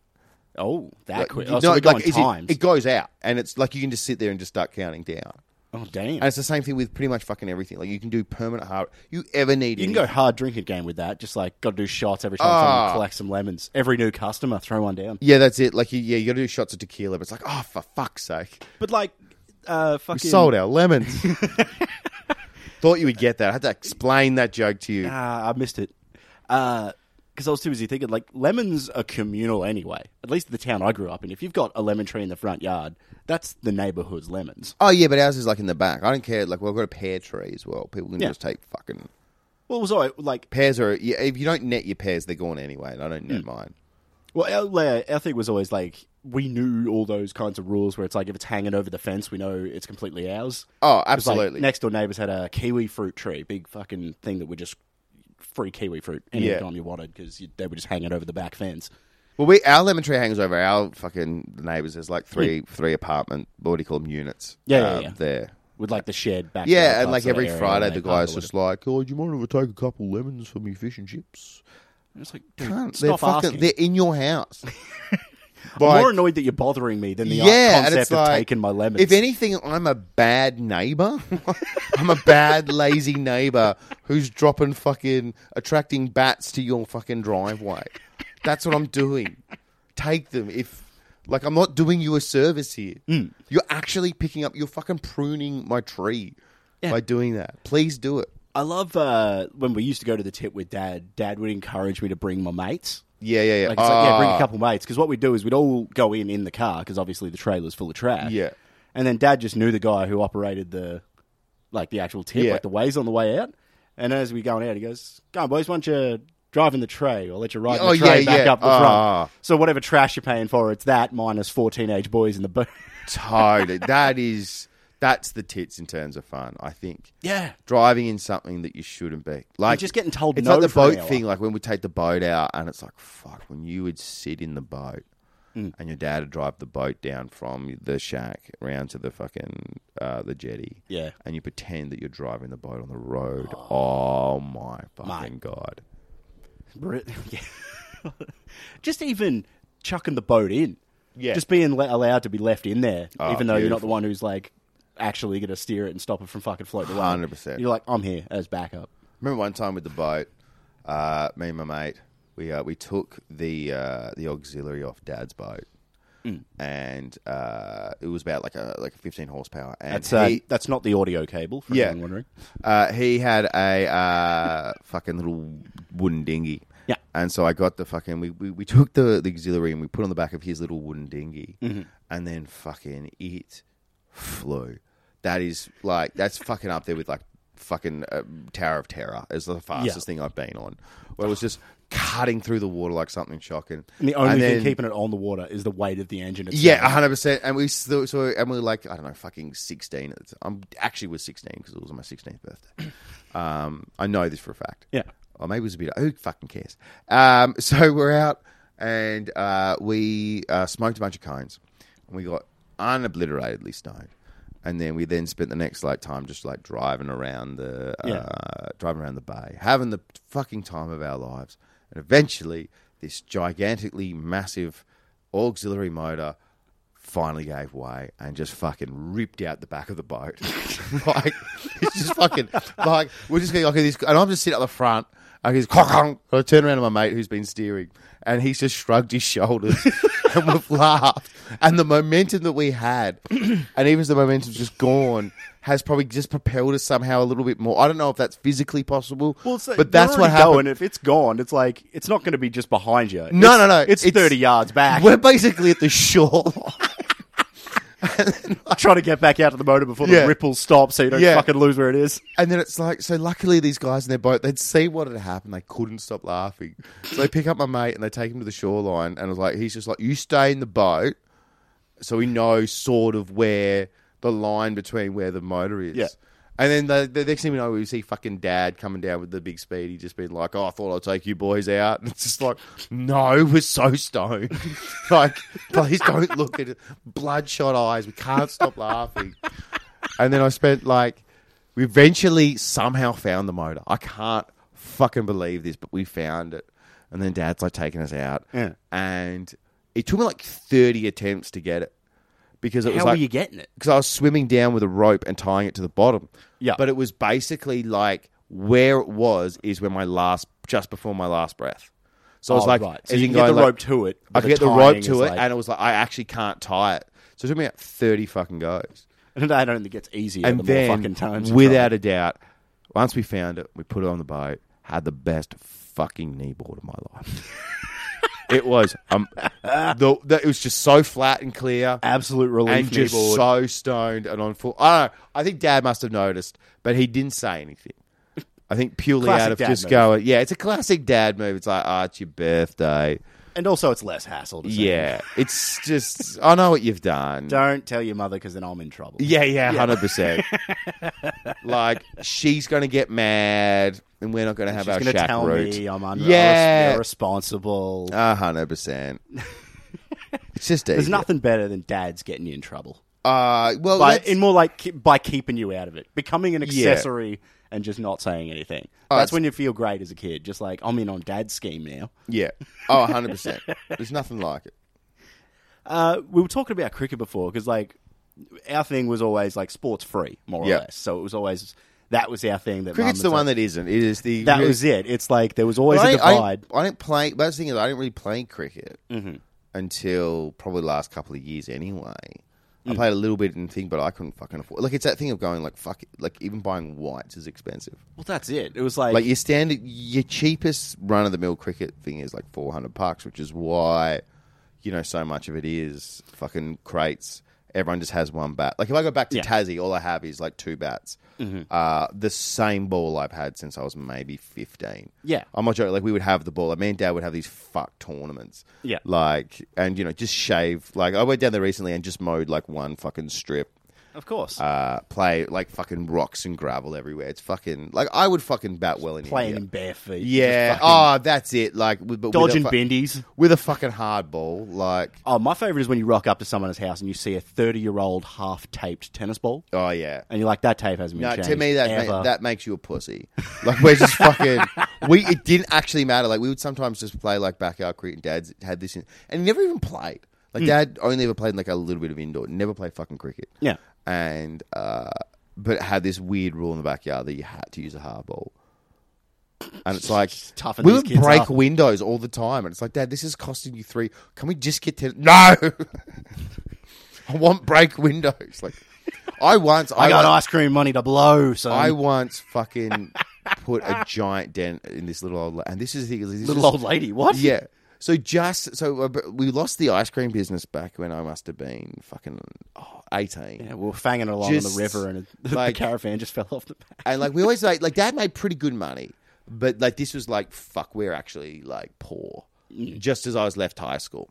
A: Oh, that
B: Like,
A: quick.
B: you
A: Oh, so
B: know,
A: we're
B: like,
A: going
B: is it-
A: times.
B: It, goes out, and it's like you can just sit there and just start counting down.
A: oh, damn.
B: And it's the same thing with pretty much fucking everything. Like you can do permanent hard. You ever need?
A: You can go
B: anything.
A: hard drinking game with that. Just like got to do shots every time
B: Ah.
A: someone collects some lemons. Every new customer, throw one down.
B: Yeah, that's it. Like you, yeah, you got to do shots of tequila, but it's like, oh, for fuck's sake,
A: But like, uh,
B: we
A: fucking
B: sold our lemons. Thought you would get that. I had to explain that joke to you.
A: Ah, I missed it. Because I was too busy thinking, like, lemons are communal anyway. At least the town I grew up in. If you've got a lemon tree in the front yard, that's the neighborhood's lemons.
B: Oh yeah, but ours is like in the back. I don't care. Like we've got a pear tree as well. People can
A: Yeah.
B: just take fucking
A: Well, it was all right. Like,
B: pears. Are yeah, if you don't net your pears, they're gone anyway. And I don't
A: Hmm.
B: net mine.
A: well, our, uh, our thing was always like, we knew all those kinds of rules where it's like, if it's hanging over the fence, we know it's completely ours.
B: Oh,
A: It's like,
B: absolutely.
A: next door neighbors had a kiwi fruit tree, big fucking thing that would just free kiwi fruit
B: Yeah.
A: anytime you wanted because they would just hang it over the back fence.
B: Well, we our lemon tree hangs over our fucking neighbours. There's like three three apartment what do you call them units?
A: Hmm. Yeah, yeah,
B: um,
A: yeah.
B: there.
A: With like the shared back.
B: Yeah, and like every Friday, the guy's just like, "Oh, do you mind if I take a couple lemons for me fish and chips?"
A: it's like,
B: Can't
A: dude,
B: they're
A: stop
B: fucking
A: asking.
B: they're in your house.
A: I'm
B: Like,
A: more annoyed that you're bothering me than the
B: yeah, and
A: concept
B: it's
A: of
B: like
A: taking my lemons.
B: if anything, I'm a bad neighbour. I'm a bad lazy neighbour who's dropping fucking attracting bats to your fucking driveway. That's what I'm doing. Take them if. Like I'm not doing you a service here.
A: Hmm.
B: You're actually picking up. You're fucking pruning my tree by doing that. Please do it.
A: I love uh, when we used to go to the tip with dad. Dad would encourage me to bring my mates.
B: Yeah, yeah, yeah.
A: Like, it's like, yeah, bring
B: Ah.
A: a couple mates. Because what we'd do is we'd all go in in the car because obviously the trailer's full of trash.
B: Yeah.
A: And then dad just knew the guy who operated the, like the actual tip,
B: Yeah.
A: like the ways on the way out. And as we going out, he goes, "Go on, boys, why don't you drive in the tray? I'll let you ride in
B: Oh,
A: the tray
B: yeah,
A: back
B: yeah.
A: up the
B: Ah.
A: front. So whatever trash you're paying for, it's that minus four teenage boys in the boat.
B: Totally. that is. That's the tits in terms of fun. I think.
A: yeah.
B: driving in something that you shouldn't be. Like
A: just getting told
B: It's
A: no
B: like the
A: for an
B: boat
A: hour.
B: thing. Like when we take the boat out, and it's like fuck. When you would sit in the boat,
A: Mm.
B: and your dad would drive the boat down from the shack around to the fucking uh, the jetty.
A: Yeah.
B: and you pretend that you're driving the boat on the road. Oh, my fucking god!
A: Brit- yeah. just even chucking the boat in.
B: Yeah.
A: Just being le- allowed to be left in there,
B: Oh,
A: even though you're not
B: beautiful.
A: the one who's like actually going to steer it and stop it from fucking floating away.
B: 100%.
A: You're like, I'm here as backup.
B: Remember one time with the boat, uh, me and my mate, we uh, we took the uh, the auxiliary off Dad's boat,
A: Mm.
B: and uh, it was about like a like 15 horsepower. And
A: That's, uh,
B: he-
A: that's not the audio cable, for
B: Yeah.
A: anyone wondering.
B: uh, he had a uh, fucking little wooden dinghy.
A: Yeah.
B: And so I got the fucking we, we, we took the, the auxiliary and we put it on the back of his little wooden dinghy
A: Mm-hmm.
B: and then fucking it flew. That is like that's fucking up there with like fucking uh, Tower of Terror is the fastest thing I've been on. Where it was just cutting through the water like something shocking.
A: And the only
B: then-
A: thing keeping it on the water is the weight of the engine itself.
B: yeah, hundred percent. And we still, so and we were like, I don't know, fucking sixteen. At the time. I'm actually was sixteen because it was on my sixteenth birthday. Um, I know this for a fact.
A: Yeah.
B: or maybe it was a bit. Who fucking cares? Um, so we're out and uh, we uh, smoked a bunch of cones. And we got unobliteratedly stoned, and then we then spent the next like time just like driving around the uh, driving around the bay, having the fucking time of our lives. And eventually, this gigantically massive auxiliary motor finally gave way and just fucking ripped out the back of the boat. like it's just fucking like we're just going okay this and I'm just sitting up the front and he's and I turn around to my mate who's been steering and he's just shrugged his shoulders and we've laughed. And the momentum that we had and even as the momentum's just gone has probably just propelled us somehow a little bit more. I don't know if that's physically possible.
A: Well, so
B: but that's what happened.
A: Going. If it's gone, it's like it's not going to be just behind you.
B: No,
A: It's-
B: no, no.
A: It's,
B: It's-
A: thirty yards back.
B: We're basically at the shore.
A: Trying to get back out of the motor before
B: Yeah.
A: the ripples stop, so you don't
B: Yeah.
A: fucking lose where it is.
B: And then it's like, so luckily these guys in their boat, they'd seen what had happened. They couldn't stop laughing. So they pick up my mate and they take him to the shoreline. And it was like, he's just like, you stay in the boat so we know sort of where the line between where the motor is.
A: Yeah.
B: And then the, the next thing we know, we see fucking dad coming down with the big speed. He just been like, "Oh, I thought I'd take you boys out." And it's just like, "No, we're so stoned. like, please don't look at it. bloodshot eyes. We can't stop laughing." And then I spent like, we eventually somehow found the motor. I can't fucking believe this, but we found it. And then dad's like taking us out,
A: Yeah.
B: and it took me like thirty attempts to get it because it was
A: How
B: like
A: are you getting it?
B: because I was swimming down with a rope and tying it to the bottom.
A: Yeah.
B: But it was basically like where it was is where my last, just before my last breath. So I was
A: Oh,
B: like,
A: right. So
B: as
A: you
B: in
A: can get the
B: going, like,
A: rope to it,
B: I
A: but the
B: could get the
A: tying
B: rope
A: is
B: to it,
A: like-
B: and it was like, I actually can't tie it. So it took me about 30 fucking goes.
A: And I don't think it gets easier.
B: And
A: the more
B: then,
A: fucking times you
B: without a doubt, once we found it, we put it on the boat, had the best fucking knee board of my life. it was, um, the, the, it was just so flat and clear
A: try. absolute relief
B: and just
A: kneeboard.
B: so stoned and on full. I don't know. I think Dad must have noticed, but he didn't say anything. I think purely
A: Classic
B: out of
A: dad
B: just
A: move.
B: going, yeah, it's a classic dad move. It's like, oh, it's your birthday.
A: and also it's less hassle. To say.
B: Yeah, it's just, I know what you've done.
A: Don't tell your mother because then I'm in trouble.
B: Yeah, yeah, hundred percent. Like she's gonna get mad, and we're not gonna have
A: She's
B: our
A: gonna
B: shack
A: tell
B: route.
A: me I'm un-
B: Yeah. Uh,
A: irresponsible.
B: A hundred percent. It's just easy.
A: There's nothing better than dads getting you in trouble.
B: Uh, well,
A: But
B: that's-
A: in more like ke- by keeping you out of it, becoming an
B: Yeah.
A: accessory and just not saying anything.
B: Oh,
A: that's
B: that's-
A: when you feel great as a kid. Just like I'm in on dad's scheme now.
B: yeah. Oh, hundred percent. There's nothing like it.
A: Uh, we were talking about cricket before because like our thing was always like sports free, more
B: Yeah.
A: or less. So it was always that was our thing. That
B: Cricket's
A: mum
B: the
A: was
B: one
A: like-
B: that isn't. It is the
A: that was it. It's like there was always
B: I
A: a
B: didn't- I didn't-
A: divide.
B: I, didn't play. But the thing is, I didn't really play cricket
A: Mm-hmm.
B: until probably last couple of years. Anyway,
A: Mm.
B: I played a little bit and thing, but I couldn't fucking afford. Like it's that thing of going like fuck. It, like even buying whites is expensive.
A: Well, that's it. It was like,
B: Like your standard, your cheapest run of the mill cricket thing is like four hundred bucks, which is why you know so much of it is fucking crates. Everyone just has one bat. Like if I go back to
A: Yeah. Mm-hmm.
B: Tassie, all I have is like two bats. Uh, the same ball I've had since I was maybe fifteen.
A: Yeah.
B: I'm not joking. Like we would have the ball. Like me and Dad would have these fuck tournaments.
A: Yeah.
B: like and you know just shave. Like I went down there recently and just mowed like one fucking strip
A: of course,
B: uh, play like fucking rocks and gravel everywhere. It's fucking like I would fucking bat well in
A: playing in
B: India.
A: bare feet.
B: Yeah.
A: Just fucking
B: Oh, that's it. Like with, but
A: dodging
B: with a, fu-
A: bindies.
B: with a fucking hard ball. Like
A: Oh, my favorite is when you rock up to someone's house and you see a thirty-year-old half-taped tennis ball,
B: oh yeah.
A: and you're like, "That tape hasn't been
B: No,
A: changed."
B: to me that
A: ever.
B: ma- that makes you a pussy. Like we're just fucking. We it didn't actually matter. Like we would sometimes just play like backyard cricket. And Dad's had this, in, and he never even played.
A: Hmm.
B: Like Dad only ever played like a little bit of indoor. Never played fucking cricket.
A: Yeah.
B: and uh, but it had this weird rule in the backyard that you had to use a hard ball. And it's like
A: toughen
B: we
A: these
B: would
A: kids
B: break
A: up.
B: windows all the time, and it's like, Dad, this is costing you three. Can we just get to no? I want break windows. Like I once, I,
A: I got
B: once-
A: ice cream money to blow, so
B: I once fucking put a giant dent in this little old. la- And this is the thing, this
A: little
B: is,
A: old lady. What?
B: yeah. So just so uh, but we lost the ice cream business back when I must have been fucking oh, eighteen,
A: Yeah, we were fanging along on
B: Just
A: the river, and it,
B: like-
A: the caravan just fell off the back.
B: and like we always like like dad made pretty good money, but like this was like fuck, we're actually like poor.
A: Mm.
B: Just as I was left high school,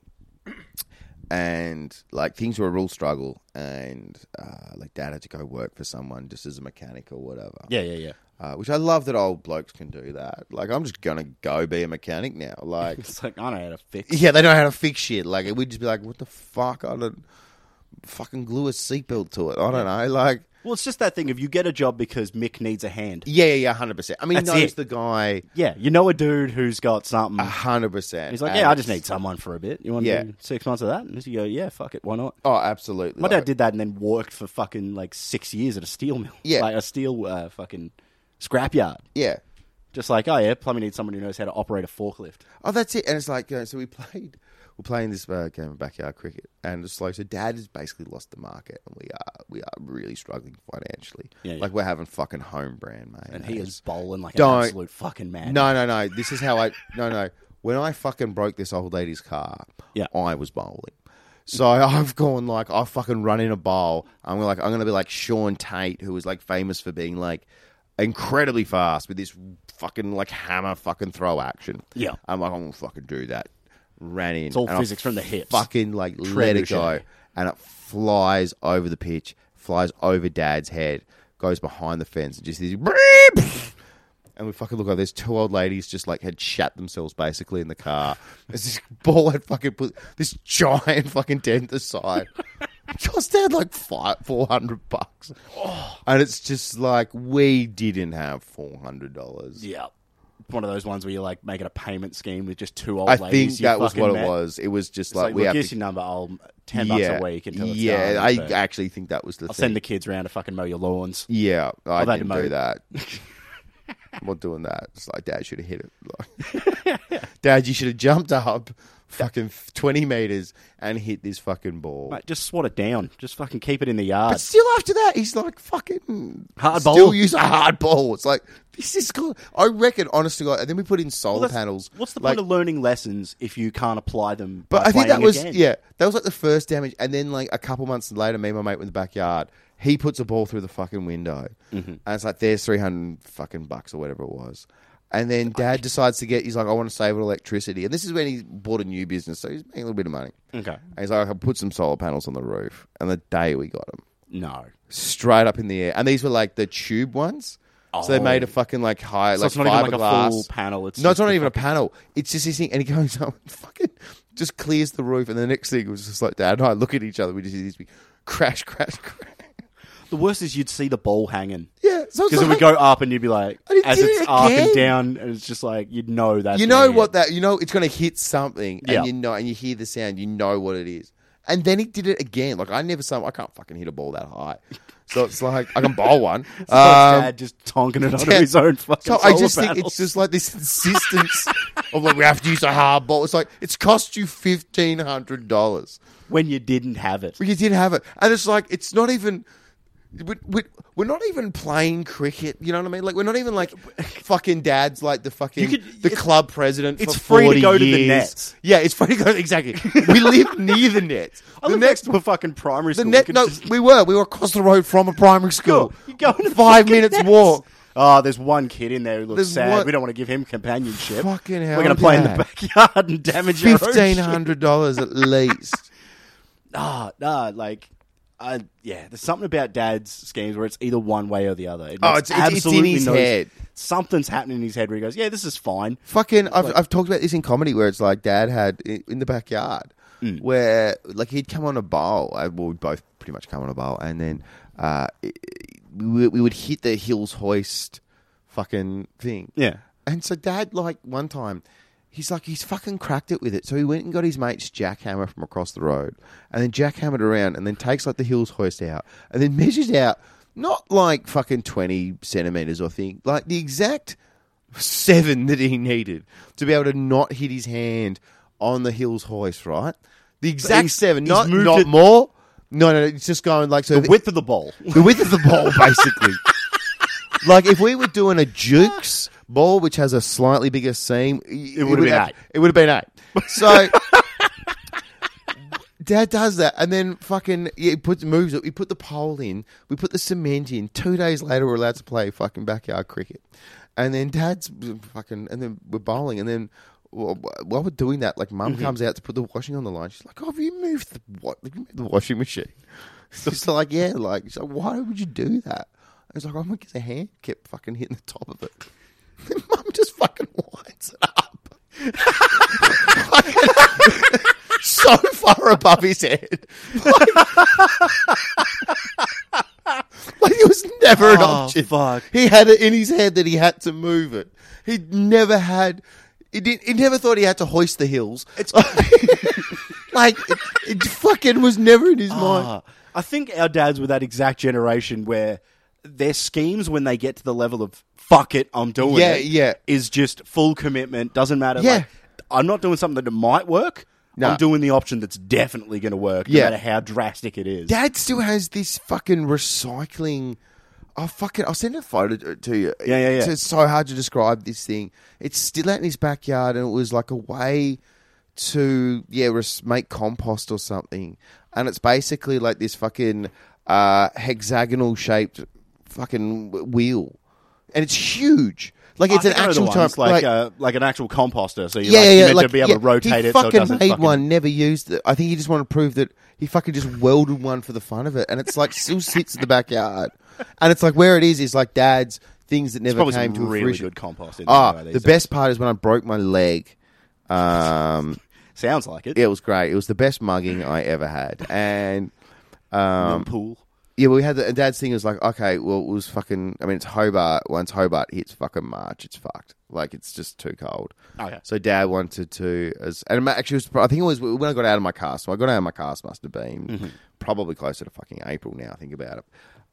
B: and like things were a real struggle, and uh, like dad had to go work for someone just as a mechanic or whatever.
A: Yeah, yeah, yeah.
B: Uh, which I love that old blokes can do that. Like I'm just gonna go be a mechanic now. Like
A: It's like I don't know how to fix.
B: Yeah, they don't know how to fix shit. Like we'd just be like, "What the fuck? I don't fucking glue a seatbelt to it. I don't know." Like,
A: Well, it's just that thing of you get a job because Mick needs a hand.
B: yeah, yeah, yeah, hundred percent. I mean, he
A: That's
B: knows
A: it.
B: the guy
A: Yeah, you know a dude who's got something.
B: hundred percent.
A: He's like, yeah, I just need someone for a bit. You want
B: Yeah.
A: to do six months of that? And you go, yeah, fuck it, why not?
B: Oh, absolutely.
A: My dad did that and then worked for fucking like six years at a steel mill.
B: Yeah.
A: Like a steel uh, fucking scrapyard.
B: Yeah.
A: Just like, oh yeah, plumbing needs someone who knows how to operate a forklift.
B: Oh, that's it. And it's like, you know, so we played, we're playing this uh, game of backyard cricket, and it's like, so dad has basically lost the market, and we are we are really struggling financially.
A: Yeah, yeah.
B: Like we're having fucking home brand, mate.
A: And he is bowling like
B: Don't-
A: an absolute fucking man.
B: No, no, no. This is how I. No, no. When I fucking broke this old lady's car,
A: Yeah.
B: I was bowling. So I've gone like I fucking run in a bowl. I'm like I'm gonna be like Sean Tate, who was like famous for being like incredibly fast with this fucking like hammer fucking throw action.
A: Yeah.
B: I'm like I'm gonna fucking do that. Ran in. It's
A: all physics from the hips.
B: Fucking like let it go,
A: Trebuchet.
B: and it flies over the pitch, flies over Dad's head, goes behind the fence, and just these. And we fucking look like there's two old ladies just like had shat themselves basically in the car. There's this ball had fucking put this giant fucking dent the side. Just had like five, 400 bucks.
A: Oh.
B: And it's just like, we didn't have $400.
A: Yeah. One of those ones where you're like making a payment scheme with just two old
B: I
A: ladies.
B: think
A: you
B: that was
A: fucking
B: what
A: met.
B: it was. It was just
A: It's
B: like,
A: like,
B: we
A: look,
B: have
A: here's
B: to.
A: your number. I'll ten bucks a week until it's
B: yeah,
A: done.
B: I
A: but
B: actually think that was the
A: I'll
B: thing.
A: send the kids round to fucking mow your lawns.
B: yeah, I
A: I've had
B: didn't
A: to mow.
B: do that. I'm not doing that. It's like Dad should have hit it. Like, Dad, you should have jumped up, fucking twenty meters, and hit this fucking ball.
A: Mate, just swat it down. Just fucking keep it in the yard.
B: But still, after that, he's like fucking
A: Hard
B: still
A: ball.
B: use a hard ball. It's like this is good. I reckon, honest to God. And then we put in solar
A: Well, that's-
B: panels.
A: What's the
B: like,
A: point of learning lessons if you can't apply them?
B: But
A: by
B: I think that
A: playing
B: was
A: again?
B: yeah, that was like the first damage, and then like a couple months later, me and my mate were in the backyard. He puts a ball through the fucking window,
A: Mm-hmm.
B: and it's like there's three hundred fucking bucks or whatever it was. And then Dad decides to get. He's like, I want to save on electricity, and this is when he bought a new business, so he's making a little bit of money.
A: Okay.
B: And he's like, I can put some solar panels on the roof, and the day we got them,
A: No.
B: straight up in the air, and these were like the tube ones. So they
A: Oh.
B: made a fucking like high,
A: So
B: like
A: it's not even like
B: fiberglass.
A: a full panel. It's
B: No, it's
A: just
B: not even a panel. It's just this thing, and he goes up and fucking just clears the roof. And the next thing was just like Dad and I look at each other. We just see this big crash, crash, crash.
A: The worst is you'd see the ball hanging.
B: Yeah, so it's
A: Because it would
B: like-
A: go up and you'd be like,
B: And it
A: as
B: did
A: it's
B: it
A: up and
B: again.
A: down, and it's just like, you'd know that.
B: You know what that? You know it's going to hit something,
A: Yeah.
B: and you know, and you hear the sound. You know what it is. And then he did it again. Like I never saw. I can't fucking hit a ball that high. So it's like I can bowl one. Um,
A: dad just tonking it onto
B: yeah.
A: his own fucking
B: So I
A: solar
B: just think
A: panels.
B: it's just like this insistence of like we have to use a hard ball. It's like it's cost you fifteen hundred dollars.
A: When you didn't have it.
B: But you did have it, and it's like it's not even. we- we- We're not even playing cricket, you know what I mean? Like we're not even like fucking dads, like the fucking
A: You could-
B: the
A: it's-
B: club president.
A: it's
B: for
A: free to
B: 40
A: go to the
B: years.
A: nets.
B: Yeah, it's free to go. Exactly. We live near the nets.
A: I
B: the
A: lived
B: next,
A: next to a fucking primary
B: the
A: school.
B: net.
A: You could
B: No,
A: just-
B: we were we were across the road from a primary school.
A: You go into the
B: five
A: fucking
B: minutes
A: nets.
B: walk.
A: Oh, there's one kid in there who looks
B: There's
A: sad.
B: one-
A: We don't want to give him companionship.
B: Fucking hell,
A: We're going to play in
B: Dad.
A: the backyard and damage your own shit.
B: Fifteen hundred dollars at least.
A: Ah, nah, like, I yeah. There's something about Dad's schemes where it's either one way or the other. It
B: Oh,
A: makes
B: it's- it's- it's in
A: absolutely
B: his
A: no-
B: head.
A: Something's happening in his head where he goes, "Yeah, this is fine."
B: Fucking, I've, I've talked about this in comedy where it's like dad had i- in the backyard where like he'd come on a bowl. uh, Well, we'd both pretty much come on a bowl, and then uh, i- we, would- we would hit the hills hoist fucking thing.
A: Yeah.
B: And so dad, like one time, he's like he's fucking cracked it with it. So he went and got his mate's jackhammer from across the road, and then jackhammered around, and then takes like the hills hoist out, and then measures out not like fucking twenty centimeters or thing, like the exact seven that he needed to be able to not hit his hand on the hill's hoist, right? The exact
A: he's-
B: seven,
A: he's
B: not,
A: moved
B: not
A: it-
B: more. No, no, no, it's just going like so.
A: The width of the ball.
B: the width of the ball, basically. like if we were doing a Jukes ball, which has a slightly bigger seam, it,
A: would've been
B: would have-
A: eight.
B: It would have been eight. So. Dad does that, and then fucking yeah, he puts moves it. We put the pole in, we put the cement in. Two days later, we're allowed to play fucking backyard cricket, and then Dad's fucking, and then we're bowling, and then wh- wh- while we're doing that, like
A: Mm-hmm.
B: Mum comes out to put the washing on the line. She's like, "Oh, have you moved the what? Have you moved the washing machine?" It's just like, yeah, like, she's like, why would you do that? I was like, oh my, because the hand kept fucking hitting the top of it. And Mum just fucking winds it up so far above his head. Like, like it was never an
A: Oh,
B: option.
A: fuck.
B: He had it in his head that he had to move it. He never had. He, did, he never thought he had to hoist the hills. It's like it, it fucking was never in his mind.
A: Ah, I think our dads were that exact generation where their schemes, when they get to the level of "fuck it, I'm doing
B: Yeah,
A: it,"
B: yeah.
A: is just full commitment. Doesn't matter.
B: Yeah.
A: Like, I'm not doing something that might work.
B: No.
A: I'm doing the option that's definitely going to work,
B: Yeah.
A: no matter how drastic it is.
B: Dad still has this fucking recycling. I fucking I'll send a photo to- to you.
A: Yeah, yeah, yeah.
B: It's, it's so hard to describe this thing. It's still out in his backyard, and it was like a way to yeah res- make compost or something. And it's basically like this fucking uh, hexagonal shaped fucking w- wheel, and it's huge. Like it's
A: I
B: an
A: think I know the
B: actual type,
A: ones, like uh, like an actual composter. So you're,
B: yeah,
A: like,
B: yeah,
A: you're
B: yeah,
A: meant
B: like,
A: to be able
B: yeah,
A: to rotate
B: he
A: it. So it
B: fucking
A: doesn't
B: made
A: fucking-
B: one, never used it. I think he just wanted to prove that he fucking just welded one for the fun of it, and it's like still sits in the backyard, and it's like where it is is like dad's things that never
A: Probably
B: came
A: some
B: to
A: really
B: fruition.
A: good compost. In there
B: Ah,
A: by
B: the
A: these
B: best part is when I broke my leg. Um,
A: days. Sounds like it.
B: it was great. It was the best mugging I ever had, and um,
A: Pool.
B: yeah, we had the and dad's thing was like, okay, well, it was fucking. I mean, it's Hobart. Once Hobart hits fucking March, it's fucked. Like, it's just too cold.
A: Okay.
B: So dad wanted to, as and it actually, was, I think it was when I got out of my car. So I got out of my car. so Must have been
A: Mm-hmm.
B: probably closer to fucking April now. I think about it,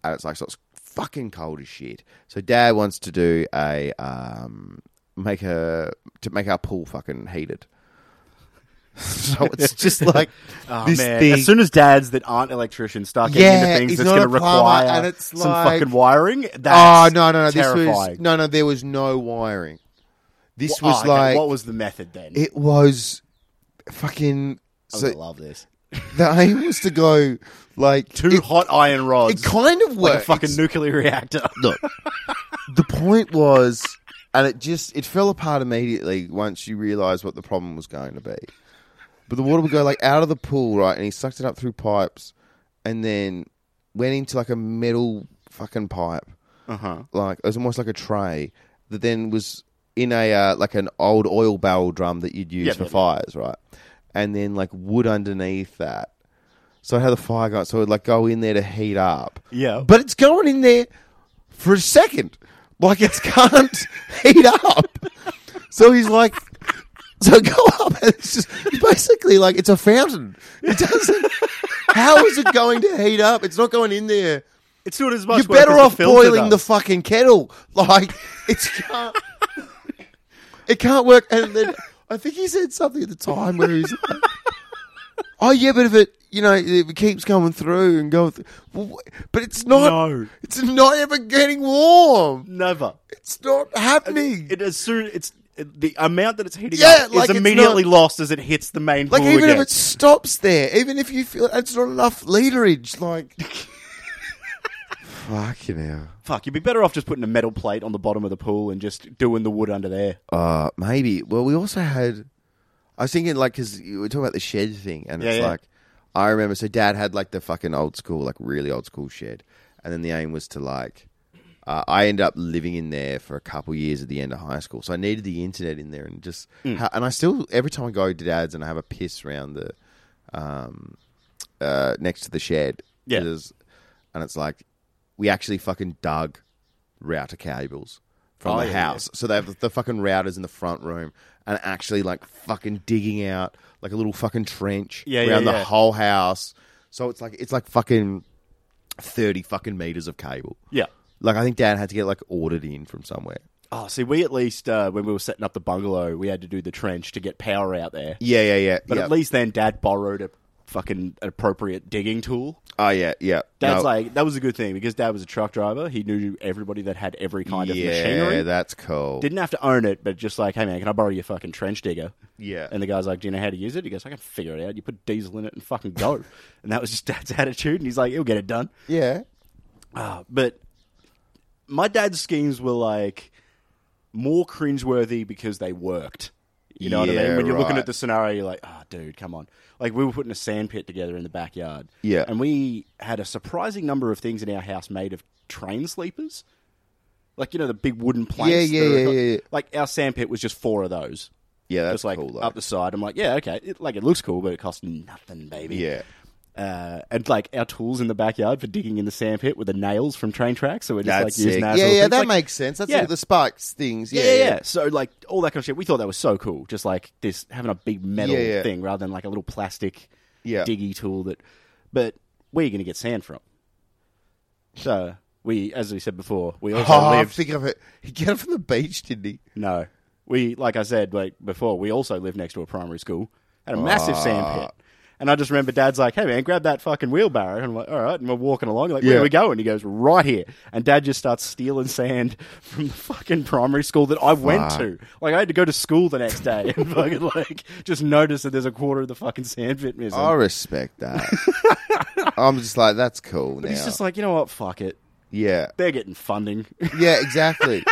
B: and it's like so it's fucking cold as shit. So dad wants to do a um make a to make our pool fucking heated. so it's just like
A: Oh,
B: this
A: man.
B: thing.
A: As soon as dads that aren't electricians start getting
B: Yeah,
A: into things
B: he's
A: that's
B: not
A: going to
B: a plumber,
A: require
B: and it's
A: some
B: like-
A: fucking wiring,
B: Oh
A: that's
B: no no no! This
A: terrifying.
B: was no no. There was no wiring. This
A: Well,
B: was
A: oh, okay,
B: like
A: what was the method then?
B: it was fucking.
A: I
B: So
A: love this.
B: the aim was to go like
A: Two
B: It,
A: hot iron rods,
B: it kind of
A: like a
B: worked.
A: fucking nuclear reactor.
B: look. the point was, and it just it fell apart immediately once you realised what the problem was going to be. But the water would go like out of the pool, right, and he sucked it up through pipes, and then went into like a metal fucking pipe.
A: Uh huh.
B: like it was almost like a tray that then was in a uh, like an old oil barrel drum that you'd use
A: Yeah,
B: for
A: yeah.
B: fires, right? And then like wood underneath that. So how the fire got so it would like go in there to heat up.
A: Yeah.
B: But it's going in there for a second. Like it's can't heat up. So he's like so go up and it's just it's basically like it's a fountain. It doesn't how is it going to heat up? It's not going in there
A: It's doing as much.
B: you're
A: work
B: better
A: as the
B: off
A: filter
B: boiling the
A: does.
B: fucking kettle. Like it's can't, it can't work. And then I think he said something at the time where he's like, "Oh yeah, but if it you know if it keeps coming through and going, through, well, wh- but it's not.
A: No.
B: It's not ever getting warm.
A: never.
B: It's not happening.
A: It as soon it's it, the amount that it's heating
B: Yeah,
A: up
B: like,
A: is
B: it's
A: immediately
B: not-
A: lost as it hits the main
B: like
A: pool
B: even
A: again.
B: if it stops there, even if you feel it's not enough literage, like." Fucking hell.
A: Fuck, you'd be better off just putting a metal plate on the bottom of the pool and just doing the wood under there.
B: Uh, maybe. Well, we also had. I was thinking like because we were talking about the shed thing, and
A: Yeah,
B: it's
A: yeah.
B: like I remember. So Dad had like the fucking old school, like really old school shed, and then the aim was to like. Uh, I ended up living in there for a couple years at the end of high school, so I needed the internet in there, and just
A: Mm.
B: ha- and I still every time I go to Dad's and I have a piss round the, um, uh, next to the shed,
A: Yeah.
B: it is- and it's like we actually fucking dug router cables from
A: Oh,
B: the
A: yeah, yeah.
B: house. So they have the fucking routers in the front room and actually like fucking digging out like a little fucking trench
A: Yeah, yeah,
B: around the
A: yeah.
B: whole house. So it's like it's like fucking thirty fucking meters of cable.
A: Yeah.
B: Like I think Dad had to get like ordered in from somewhere.
A: Oh, see, we at least uh, when we were setting up the bungalow, we had to do the trench to get power out there.
B: Yeah, yeah, yeah.
A: But
B: yeah.
A: at least then, Dad borrowed a fucking appropriate digging tool.
B: oh yeah, yeah.
A: Dad's
B: No.
A: like that was a good thing because Dad was a truck driver. He knew everybody that had every kind of
B: yeah,
A: machinery.
B: that's cool.
A: Didn't have to own it, but just like, hey man, can I borrow your fucking trench digger?
B: Yeah.
A: And the guy's like, do you know how to use it? He goes, I can figure it out. You put diesel in it and fucking go. and that was just Dad's attitude. And he's like, he'll get it done.
B: yeah,
A: Uh, but my dad's schemes were like more cringeworthy because they worked. You know what I
B: Yeah,
A: mean? When you're looking
B: right.
A: at the scenario, you're like, oh, dude, come on. Like, we were putting a sand pit together in the backyard.
B: Yeah.
A: And we had a surprising number of things in our house made of train sleepers. Like, you know, the big wooden planks.
B: Yeah, yeah,
A: that are-
B: yeah, yeah, yeah.
A: Like, our sand pit was just four of those.
B: yeah. That's
A: Just like
B: cool. Though.
A: up the side. I'm like, yeah, okay. It, like, it looks cool, but it costs nothing, baby
B: yeah,
A: uh, and like our tools in the backyard for digging in the sand pit with the nails from train tracks. So we're just
B: that's
A: like using
B: sick.
A: that. as
B: Yeah,
A: little
B: yeah,
A: things.
B: that
A: Like,
B: makes sense. That's
A: yeah.
B: all the sparks things.
A: yeah, yeah, yeah. So like all that kind of shit. We thought that was so cool. Just like this having a big metal
B: Yeah, yeah.
A: thing rather than like a little plastic
B: Yeah.
A: diggy tool that. But where are you going to get sand from? So we, as we said before, we also
B: Oh, I'm
A: lived.
B: thinking of it. He got it from the beach, didn't he?
A: No, we like I said like before, we also lived next to a primary school, had a massive sand pit, and I just remember Dad's like, "Hey man, grab that fucking wheelbarrow," and I'm like, "All right," and we're walking along, like, "Where
B: Yeah.
A: are we going?" He goes, "Right here," and Dad just starts stealing sand from the fucking primary school that I went to. Like I had to go to school the next day and fucking like just notice that there's a quarter of the fucking sand pit missing.
B: I respect that. I'm just like, that's cool now.
A: He's just like, you know what? Fuck it.
B: yeah,
A: They're getting funding,
B: yeah, exactly.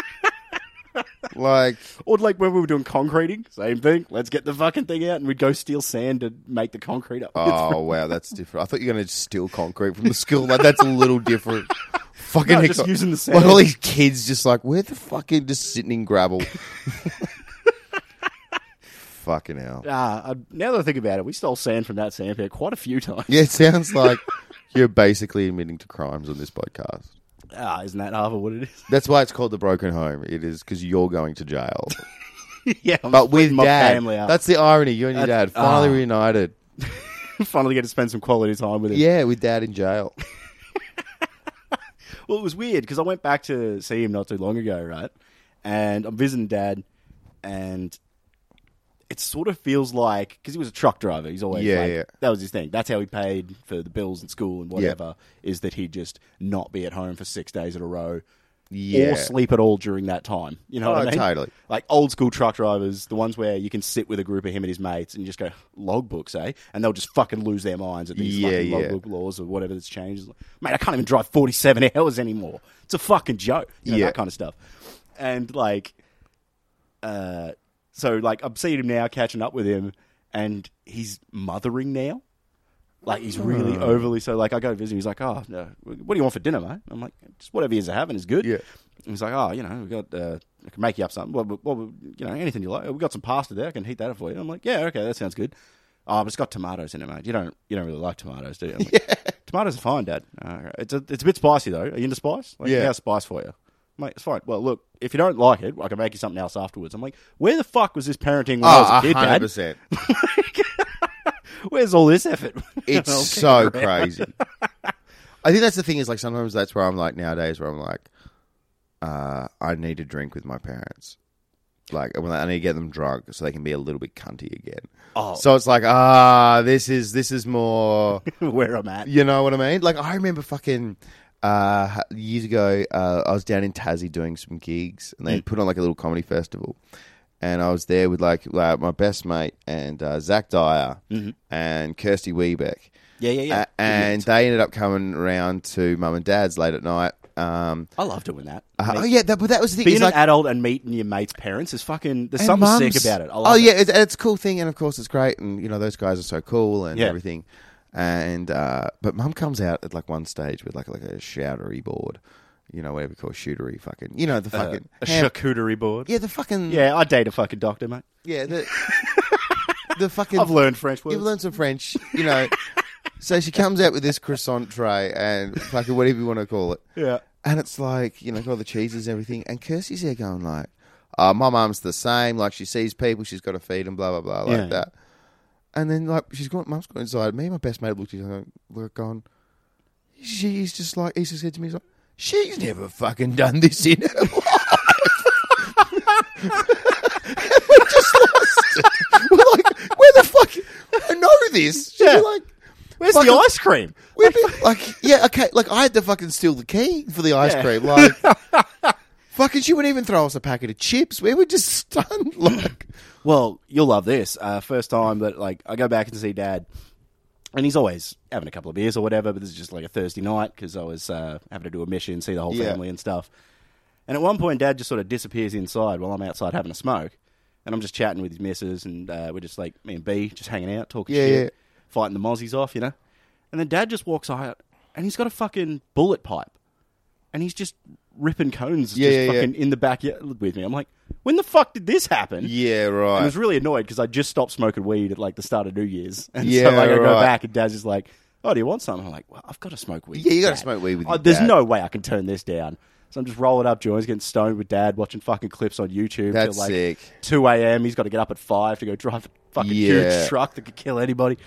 B: like,
A: or like when we were doing concreting, same thing. Let's get the fucking thing out, and we'd go steal sand to make the concrete up. with.
B: oh wow, that's different. I thought you were going to steal concrete from the school. Like, that's a little different. Fucking
A: No, just
B: hiccup.
A: using the
B: Like
A: sand.
B: all these kids, just like where the fucking just sitting in gravel. fucking hell.
A: Ah, uh, now that I think about it, we stole sand from that sand pit quite a few times.
B: Yeah, it sounds like you're basically admitting to crimes on this podcast.
A: Ah, isn't that half of what it is?
B: That's why it's called the broken home. It is because you're going to jail.
A: yeah, I'm
B: But with
A: splitting my
B: dad,
A: family up.
B: that's the irony. You and your
A: That's-
B: dad finally
A: ah.
B: reunited.
A: finally get to spend some quality time with him.
B: Yeah, with dad in jail.
A: Well, it was weird because I went back to see him not too long ago, right? And I'm visiting dad, and it sort of feels like because he was a truck driver, he's always
B: Yeah,
A: like,
B: yeah.
A: that was his thing. That's how he paid for the bills and school and whatever. Is that he'd just not be at home for six days in a row.
B: Yeah.
A: Or sleep at all during that time. You know what
B: Oh,
A: I mean?
B: totally.
A: Like old school truck drivers, the ones where you can sit with a group of him and his mates and you just go, logbooks, eh? And they'll just fucking lose their minds at these
B: Yeah,
A: fucking
B: yeah.
A: logbook laws or whatever that's changed. It's like, Mate, I can't even drive 47 hours anymore. It's a fucking joke. You know,
B: Yeah.
A: That kind of stuff. And like, uh, so like I'm seeing him now, catching up with him, and he's mothering now. Like he's
B: Hmm.
A: really overly so. Like I go visit, him, he's like, "Oh, no, what do you want for dinner, mate?" I'm like, "Just whatever you're having is good."
B: Yeah.
A: And he's like, "Oh, you know, we got uh, I can make you up something. Well, well, well, you know, anything you like. We got some pasta there. I can heat that up for you." I'm like, "Yeah, okay, that sounds good." Oh, but it's got tomatoes in it, mate. You don't you don't really like tomatoes, do you? I'm like, Tomatoes are fine, Dad. "All right. It's a it's a bit spicy though. Are you into spice? Like,
B: Yeah.
A: How's spice for you? I'm like, it's fine. Well, look, if you don't like it, I can make you something else afterwards. I'm like, where the fuck was this parenting when I was
B: Oh,
A: a kid, Dad?
B: 100%.
A: Where's all this effort?
B: It's
A: I'll kick
B: so
A: it around.
B: crazy. I think that's the thing is like sometimes that's where I'm like nowadays where I'm like, uh, I need to drink with my parents. Like I'm like, I need to get them drunk so they can be a little bit cunty again.
A: Oh.
B: So it's like ah, this is this is more.
A: where I'm at.
B: You know what I mean? Like I remember fucking uh, years ago, uh, I was down in Tassie doing some gigs, and they put on like a little comedy festival, and I was there with like uh, my best mate and uh, Zach Dyer and Kirsty Wiebeck.
A: Yeah, yeah, yeah.
B: A- and they ended up coming around to mum and dad's late at night. Um,
A: I love doing that.
B: uh, oh yeah, that, but that was the thing.
A: Being
B: it's
A: an
B: like,
A: adult and meeting your mate's parents is fucking. There's
B: and
A: something sick
B: mums.
A: about it. I love
B: oh
A: it.
B: yeah, it's, it's a cool thing, and of course it's great, and you know those guys are so cool and
A: Yeah.
B: everything. And uh, but mum comes out at like one stage with like like a shoutery board, you know whatever you call shootery fucking, you know the
A: Uh,
B: fucking
A: a
B: ham-
A: charcuterie board.
B: yeah the fucking yeah,
A: Yeah, I date a fucking doctor, mate.
B: the, the fucking
A: I've learned French words.
B: You've learned some French, you know. so she comes out with this croissant tray and fucking whatever you want to call it.
A: Yeah.
B: And it's like, you know, got all the cheeses and everything. And Kirsty's there going like, oh, my mum's the same. Like, she sees people, she's got to feed them, blah, blah, blah, like
A: Yeah.
B: that. And then, like, she's gone, mum's gone inside. Me and my best mate looked at each other, we're gone. She's just like, he just said to me, he's like, she's never fucking done this in her life. We're like, where the fuck? I know this. She'd be
A: Yeah.
B: like,
A: Where's
B: Fucking-
A: the ice cream?
B: we'd be like, yeah, okay. Like, I had to fucking steal the key for the ice
A: Yeah.
B: cream. Like, fucking, she wouldn't even throw us a packet of chips. We were just stunned. Like,
A: Well, you'll love this. Uh, first time that like I go back and see Dad, and he's always having a couple of beers or whatever. But this is just like a Thursday night because I was uh, having to do a mission, see the whole
B: Yeah.
A: family and stuff. And at one point, Dad just sort of disappears inside while I'm outside having a smoke, and I'm just chatting with his missus, and uh, we're just like me and B just hanging out, talking
B: Yeah,
A: shit,
B: yeah.
A: fighting the mozzies off, you know. And then Dad just walks out, and he's got a fucking bullet pipe, and he's just ripping cones
B: Yeah,
A: just
B: yeah, yeah.
A: fucking in the backyard with me. I'm like, when the fuck did this happen?
B: yeah,
A: I
B: right.
A: was really annoyed because I just stopped smoking weed at like the start of New Year's, and
B: Yeah,
A: so like I go
B: right.
A: back and Dad's just like, "Oh, do you want something?" I'm like, "Well, I've got to smoke weed."
B: Yeah, you
A: with
B: gotta
A: Dad.
B: smoke weed with
A: Oh,
B: your
A: There's
B: dad.
A: no way I can turn this down. So I'm just rolling up joints, getting stoned with Dad, watching fucking clips on YouTube.
B: That's
A: till, like,
B: sick.
A: Two a.m. He's got to get up at five to go drive a fucking
B: Yeah.
A: huge truck that could kill anybody.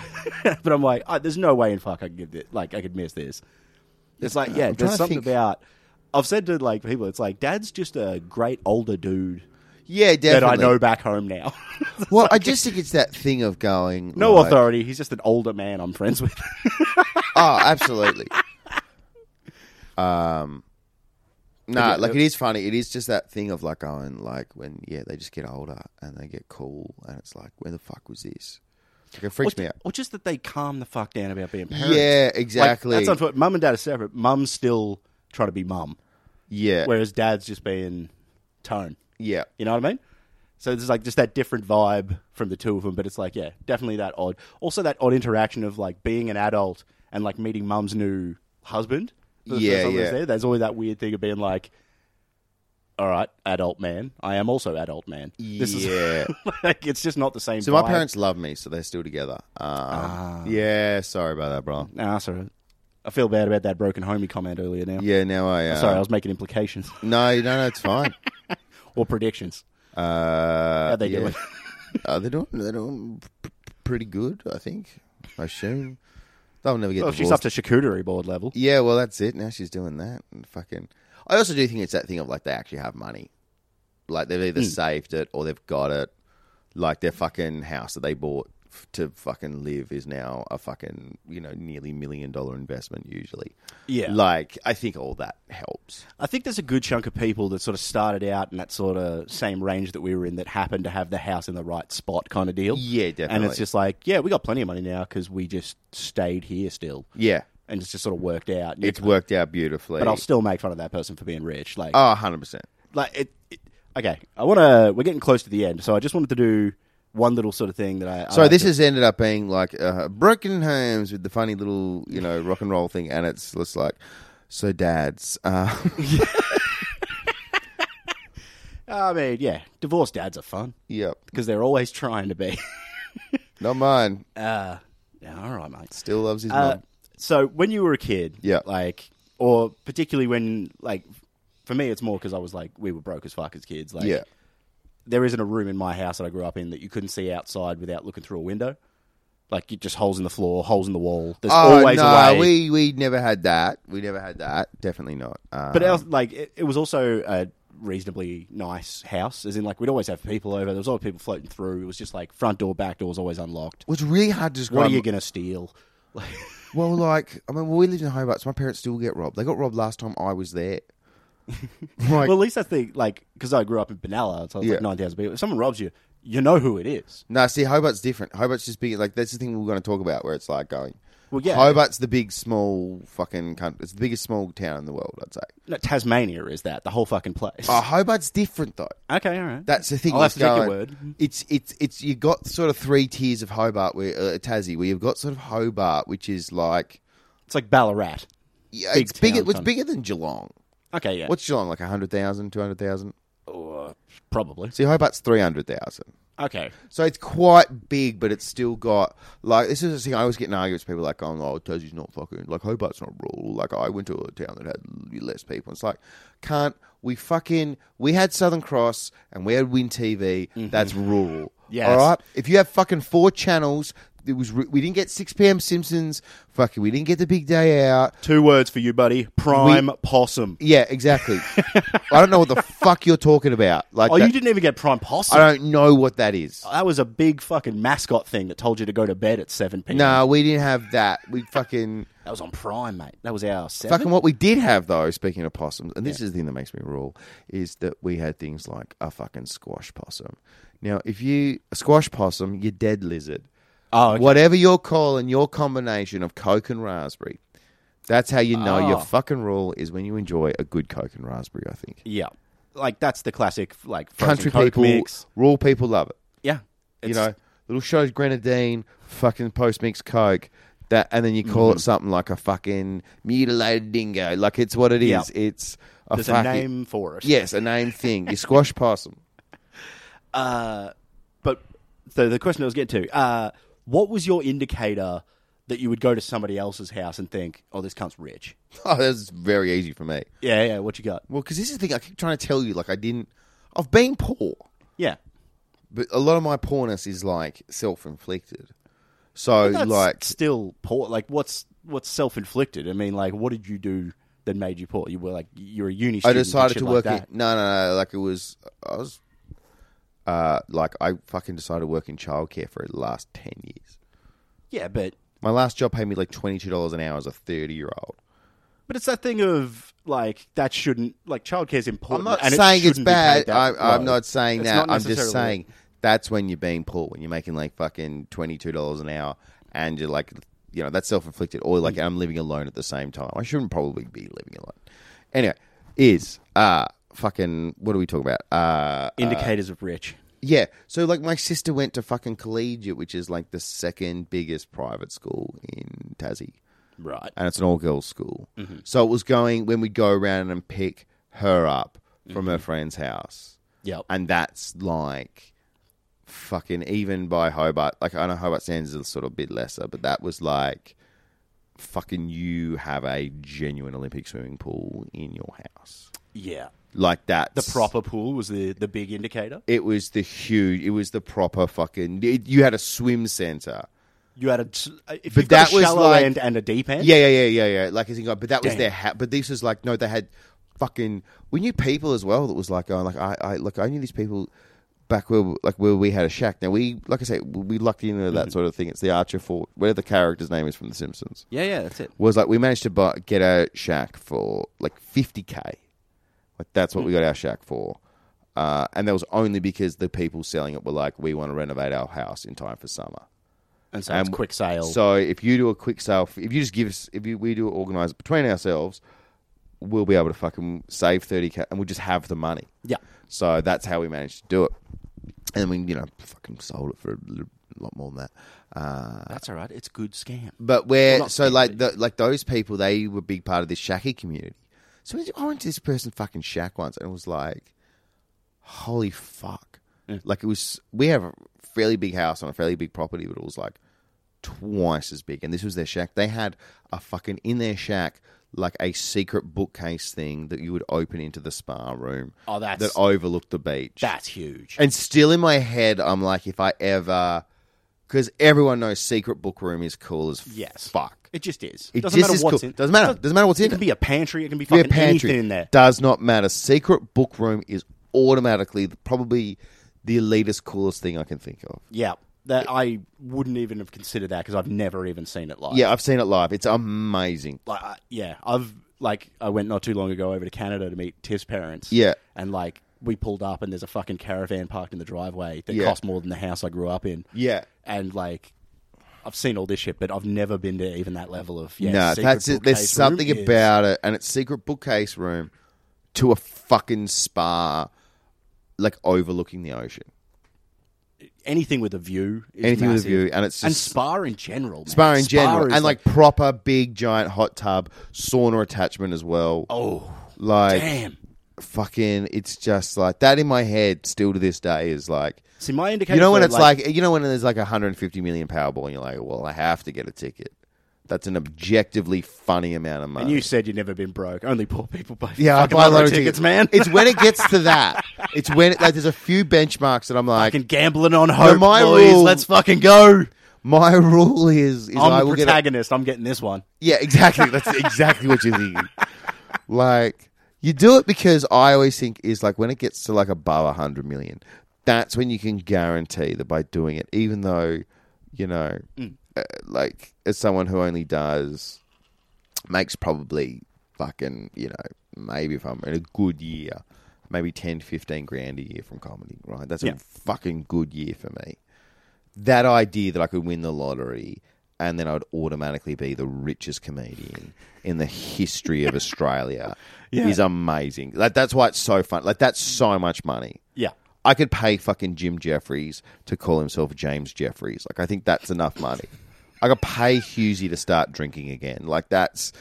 A: but I'm like, oh, "There's no way in fuck I could give this. Like I could miss this." It's like, yeah,
B: trying
A: there's
B: to
A: something
B: think.
A: about. I've said to like people, it's like Dad's just a great older dude
B: Yeah, definitely.
A: that I know back home now.
B: Well, I just think it's that thing of going.
A: No
B: like,
A: authority. He's just an older man I'm friends with.
B: Oh, absolutely. um, no, like it is funny. It is just that thing of like going, like when yeah, they just get older and they get cool, and it's like, where the fuck was this? Like it freaks
A: or,
B: me out.
A: or just that they calm the fuck down about being parents.
B: Yeah,
A: Like,
B: exactly.
A: that's unfortunate. Mum and dad are separate. Mum's still trying to be mum,
B: yeah,
A: whereas dad's just being tone.
B: yeah,
A: You know what I mean? So there's like just that different vibe from the two of them, but it's like yeah, definitely that odd. Also that odd interaction of like being an adult and like meeting mum's new husband. for the
B: Yeah,
A: first time I was
B: yeah.
A: There. There's always that weird thing of being like, all right, adult man. I am also adult man. This
B: Yeah.
A: is like it's just not the same.
B: So my
A: vibe.
B: parents love me, so they're still together. Um,
A: Ah.
B: Yeah, sorry about that, bro.
A: Nah, sorry. I feel bad about that broken homie comment earlier now.
B: Yeah, now I. Uh,
A: Sorry, I was making implications
B: No, no, no, it's fine.
A: or predictions.
B: Uh,
A: How they
B: yeah.
A: doing?
B: Uh, they're doing they're doing p- p- pretty good, I think. I assume they'll never get
A: Well, she's
B: divorced.
A: up to charcuterie board level.
B: yeah, well, that's it. Now she's doing that. And fucking, I also do think it's that thing of like they actually have money, like they've
A: Hmm.
B: either saved it or they've got it. Like their fucking house that they bought f- to fucking live is now a fucking you know nearly million dollar investment usually.
A: Yeah.
B: like I think all that helps.
A: I think there's a good chunk of people that sort of started out in that sort of same range that we were in that happened to have the house in the right spot kind of deal.
B: Yeah,
A: And
B: definitely.
A: it's just like, yeah, we got plenty of money now because we just stayed here still.
B: Yeah,
A: And it's just sort of worked out. And
B: it's
A: you-
B: worked out beautifully.
A: but I'll still make fun of that person for being rich. Like,
B: oh, 100 percent.
A: like it, it okay i want to we're getting close to the end so i just wanted to do one little sort of thing that i I
B: So
A: like
B: this
A: to-
B: has ended up being like uh, broken homes with the funny little you know rock and roll thing, and it's just like so dads. Uh,
A: i mean yeah divorced dads are fun
B: yep,
A: because they're always trying to be
B: not mine.
A: uh yeah, all right mate
B: Still loves his
A: uh,
B: mum.
A: so when you were a kid
B: Yeah.
A: like or particularly when like for me it's more because i was like we were broke as fuck as kids like
B: yeah,
A: there isn't a room in my house that i grew up in that you couldn't see outside without looking through a window like you just holes in the floor holes in the wall there's
B: oh
A: always
B: no,
A: a way
B: we we never had that. We never had that. Definitely not. Um,
A: But else, like it, it was also a reasonably nice house, as in like we'd always have people over. There was always people floating through. It was just like front door, back door was always unlocked.
B: was really hard to
A: What
B: describe.
A: are you gonna steal? Like,
B: well, like I mean, well, we lived in Hobart, so my parents still get robbed. They got robbed last time I was there. like,
A: well, at least that's the like because I grew up in Benalla, so it's
B: Yeah.
A: like nine thousand people. If someone robs you, you know who it is.
B: No, see, Hobart's different. Hobart's just big. Like that's the thing we we're going to talk about, where it's like going.
A: Well, yeah.
B: Hobart's the big small fucking country. It's the biggest small town in the world, I'd say.
A: No, Tasmania is that the whole fucking place.
B: Oh, Hobart's different though.
A: okay, all right.
B: That's the thing.
A: I'll have
B: it's
A: to take your
B: going-
A: word.
B: It's it's it's you got sort of three tiers of Hobart, where uh, Tassie, where you've got sort of Hobart, which is like
A: It's like Ballarat.
B: yeah,
A: Big
B: it's bigger.
A: town
B: It's
A: kind of-
B: bigger than Geelong.
A: Okay, yeah.
B: What's Geelong like? 100,000, 200,000?
A: Oh, probably?
B: See, Hobart's three hundred thousand.
A: Okay.
B: So it's quite big, but it's still got like this is the thing I always get in arguments. People like, going, "Oh, Tassie's not fucking like Hobart's not rural." Like I went to a town that had less people. It's like, can't we fucking we had Southern Cross and we had Win TV. That's rural.
A: Mm-hmm. Yes.
B: All right. If you have fucking four channels, it was re- we didn't get six p.m. Simpsons. Fucking, we didn't get the big day out.
A: Two words for you, buddy. Prime possum.
B: Yeah, exactly. I don't know what the fuck you're talking about. Like,
A: Oh,
B: that-
A: you Uh, didn't even get prime possum.
B: I don't know what that is.
A: that was a big fucking mascot thing that told you to go to bed at 7 p.m.
B: No, we didn't have that. We fucking
A: That was on Prime, mate. That was our seven.
B: fucking what we did have though. Speaking of possums, and this is the thing that makes me rule is that we had things like a fucking squash possum. Now, if you a squash possum, you're dead lizard.
A: Oh, okay.
B: Whatever you're calling your combination of Coke and raspberry, that's how you know your
A: Oh.
B: fucking rule is when you enjoy a good Coke and raspberry. I think
A: Yeah. Like, that's the classic, like, frozen
B: country
A: Coke
B: people,
A: mix.
B: rural people love it.
A: Yeah.
B: you
A: It's-
B: know, little shows grenadine, fucking post mix coke, that, and then you call
A: Mm-hmm.
B: it something like a fucking mutilated dingo. Like it's what it is.
A: Yeah.
B: It's a
A: there's a
B: fucking
A: name for it.
B: Yes, a name thing. You squash possum.
A: But the, the question I was getting to, uh, what was your indicator that you would go to somebody else's house and think, oh, this cunt's rich?
B: Oh, that's very easy for me.
A: Yeah, yeah, what you got?
B: Well, because this is the thing I keep trying to tell you. Like I didn't. I've been poor,
A: Yeah.
B: but a lot of my poorness is like self inflicted. So
A: That's
B: like
A: still poor. Like, what's what's self inflicted? I mean, like, what did you do that made you poor? You were like, you're a uni
B: I
A: student. and
B: decided
A: shit
B: to
A: like
B: work
A: that.
B: in. No, no, no. Like it was, I was, uh, like I fucking decided to work in childcare for the last ten years.
A: Yeah, but
B: My last job paid me like twenty two dollars an hour as a thirty year old.
A: But it's that thing of like that shouldn't like childcare's
B: I'm
A: important.
B: not
A: and it
B: saying it's
A: shouldn't be paid
B: bad.
A: that
B: I'm, I'm
A: low.
B: not saying
A: It's
B: that.
A: not
B: I'm just
A: necessarily-
B: saying that's when you're being poor when you're making like fucking twenty two dollars an hour and you're like, you know, that's self inflicted. Or like I'm living alone at the same time. I shouldn't probably be living alone. Anyway, is uh fucking what are we talking about? Uh,
A: indicators of rich.
B: Yeah. So like my sister went to fucking collegiate, which is like the second biggest private school in Tassie.
A: Right.
B: And it's an all girls school.
A: Mm-hmm.
B: So it was going when we'd go around and pick her up from
A: Mm-hmm.
B: her friend's house.
A: Yep.
B: And that's like fucking even by Hobart like I know Hobart Sands is a sort of bit lesser, but that was like fucking you have a genuine Olympic swimming pool in your house.
A: yeah.
B: Like that
A: The proper pool was the the big indicator.
B: it was the huge. It was the proper fucking. it- you had a swim center.
A: You had a s- uh, if
B: But
A: you've got
B: that
A: a
B: was
A: shallow
B: like-
A: end and a deep end.
B: Yeah, yeah, yeah, yeah, yeah. Like, as you go, but that was
A: Damn.
B: their ha- But this was like, no, they had fucking. We knew people as well that was like, oh, like I, I, look, I knew these people back where, like, where we had a shack. Now we, like I say, we lucked into that sort of thing. It's the Archer Fort, whatever the character's name is from The Simpsons.
A: yeah, yeah. That's it.
B: was like we managed to buy, get a shack for like 50k like that's what we got our shack for uh, and that was only because the people selling it were like we want to renovate our house in time for summer
A: And so it's
B: Um,
A: quick sale.
B: so if you do a quick sale if you just give us if you, we do organize it between ourselves we'll be able to fucking save 30k and we'll just have the money
A: yeah.
B: so that's how we managed to do it and we you know fucking sold it for a little, lot more than that uh,
A: That's all right. It's good scam.
B: but where
A: Well, not
B: so
A: scam,
B: like the, like those people, they were a big part of this shacky community. So I went to this person's fucking shack once, and it was like, holy fuck! Like it was. We have a fairly big house on a fairly big property, but it was like twice as big. And this was their shack. They had a fucking in their shack. Like a secret bookcase thing that you would open into the spa room
A: Oh, that's-
B: that overlooked the beach.
A: That's huge.
B: And still in my head, I'm like, if I ever, because everyone knows Secret Book Room is cool as
A: Yes.
B: fuck.
A: it just is.
B: It
A: doesn't
B: just
A: matter
B: is
A: what's
B: cool.
A: in.
B: Doesn't matter. Doesn't matter what's
A: It
B: in
A: can
B: it.
A: be a pantry. It can be
B: Be a
A: fucking anything in there.
B: Does not matter. Secret Book Room is automatically the- probably the elitist, coolest thing I can think of.
A: Yeah. That I wouldn't even have considered that because I've never even seen it live.
B: Yeah, I've seen it live. It's amazing.
A: like I- yeah, I've like I went not too long ago over to Canada to meet Tiff's parents.
B: Yeah.
A: and like we pulled up and there's a fucking caravan parked in the driveway that
B: Yeah.
A: cost more than the house I grew up in.
B: Yeah.
A: and like I've seen all this shit, but I've never been to even that level of yeah.
B: no,
A: secret
B: that's it. There's
A: bookcase
B: something
A: room is-
B: about it, and it's Secret Bookcase Room to a fucking spa, like overlooking the ocean.
A: anything with a view. Is
B: Anything with
A: massive.
B: a view, and it's
A: and
B: just
A: spa in general. man.
B: Spa in general,
A: is
B: and like, proper big giant hot tub, sauna attachment as well.
A: oh
B: like
A: damn.
B: fucking, it's just like that in my head. Still to this day is like,
A: See my indicator.
B: you know when
A: for,
B: it's like, you know when there's like 150 million Powerball, and you're like, well, I have to get a ticket. That's an objectively funny amount of money.
A: and you said you'd never been broke. Only poor people buy.
B: yeah, I
A: fucking
B: buy
A: lottery
B: lottery
A: tickets, man.
B: It's when it gets to that. It's when it, like there's a few benchmarks that I'm like,
A: fucking gambling on hope,
B: my
A: boys.
B: rule-
A: Let's fucking go.
B: My rule is, is
A: I'm
B: I
A: the
B: will get a,
A: protagonist. I'm getting this one.
B: yeah, exactly. That's exactly what you're thinking. Like you do it because I always think is like when it gets to like above a hundred million, that's when you can guarantee that by doing it, even though you know, uh, like as someone who only does makes probably fucking you know maybe if I'm in a good year, maybe 10, 15 grand a year from comedy, right? That's
A: Yeah.
B: a fucking good year for me that idea that I could win the lottery and then I would automatically be the richest comedian in the history of Australia
A: Yeah.
B: is amazing. Like that's why it's so fun. Like that's so much money.
A: Yeah.
B: I could pay fucking Jim Jeffries to call himself James Jeffries. Like I think that's enough money. I could pay Husey to start drinking again. Like that's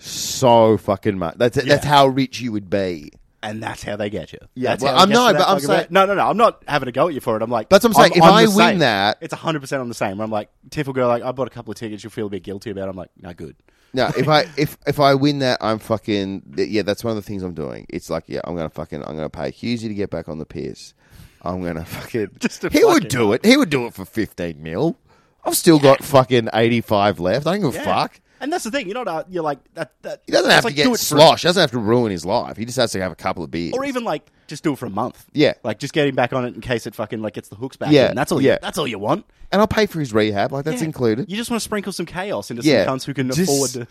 B: so fucking much. That's that's how rich you would be.
A: And that's how they get you.
B: Yeah,
A: That's
B: well,
A: how they
B: I'm-
A: get to
B: no,
A: that
B: but I'm
A: fucking
B: saying-
A: rate. no, no, no. I'm not having a go at you for it. I'm like,
B: That's what I'm saying. If I
A: the
B: win
A: same.
B: that-
A: it's 100 percent on the same. Where I'm like, Tiff will go like, I bought a couple of tickets. You'll feel a bit guilty about. it. I'm like, no, good.
B: No, if I if if I win that, I'm fucking th- yeah. That's one of the things I'm doing. It's like yeah, I'm gonna fucking I'm gonna pay Husey to get back on the piss. I'm gonna fucking
A: Just to
B: he
A: fucking-
B: would do it. He would do it for 15 mil. I've still got fucking 85 left. I don't give
A: Yeah.
B: a fuck.
A: And that's the thing. You're not. out you're like that. that
B: He doesn't
A: it's
B: have
A: like,
B: to
A: do
B: get
A: it for-
B: slosh. He doesn't have to ruin his life. He just has to have a couple of beers.
A: or even like just do it for a month.
B: Yeah.
A: like just get him back on it in case it fucking like gets the hooks back.
B: Yeah,
A: in. that's all. You,
B: yeah.
A: that's all you want.
B: and I'll pay for his rehab. Like that's
A: Yeah.
B: included.
A: You just want to sprinkle some chaos into
B: Yeah.
A: some cunts who can
B: Just-
A: afford to.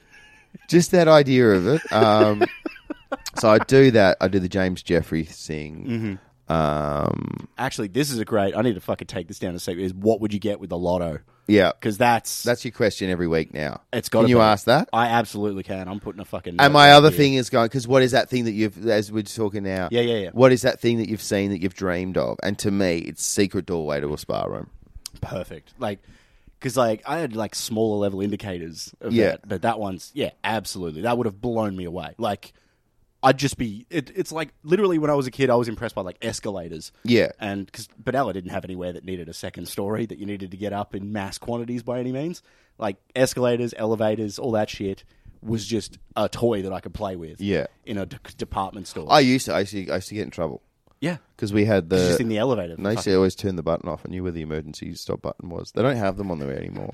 B: just that idea of it. Um, so I do that. I do the James Jeffrey
A: Mm-hmm.
B: thing. Um,
A: Actually, this is a great. I need to fucking take this down a second. Is what would you get with the lotto?
B: yeah.
A: Because that's
B: That's your question every week now.
A: it's got.
B: Can you ask that?
A: I absolutely can. I'm putting a fucking.
B: and my other thing is going because what is that thing that you've as we're talking now?
A: Yeah, yeah, yeah.
B: What is that thing that you've seen that you've dreamed of? And to me, it's secret doorway to a spa room.
A: perfect. Like, because like I had like smaller level indicators of
B: Yeah.
A: that, but that one's yeah, absolutely. That would have blown me away. Like, I'd just be. It, it's like literally when I was a kid, I was impressed by like escalators.
B: Yeah.
A: and because Benalla didn't have anywhere that needed a second story that you needed to get up in mass quantities by any means. Like escalators, elevators, all that shit was just a toy that I could play with.
B: Yeah.
A: in a d- department store.
B: I Uh, used to. I used to. I used to get in trouble
A: yeah,
B: because we had
A: it's
B: the.
A: just in the elevator.
B: and I used to always turn the button off. I knew where the emergency stop button was. They don't have them on there anymore.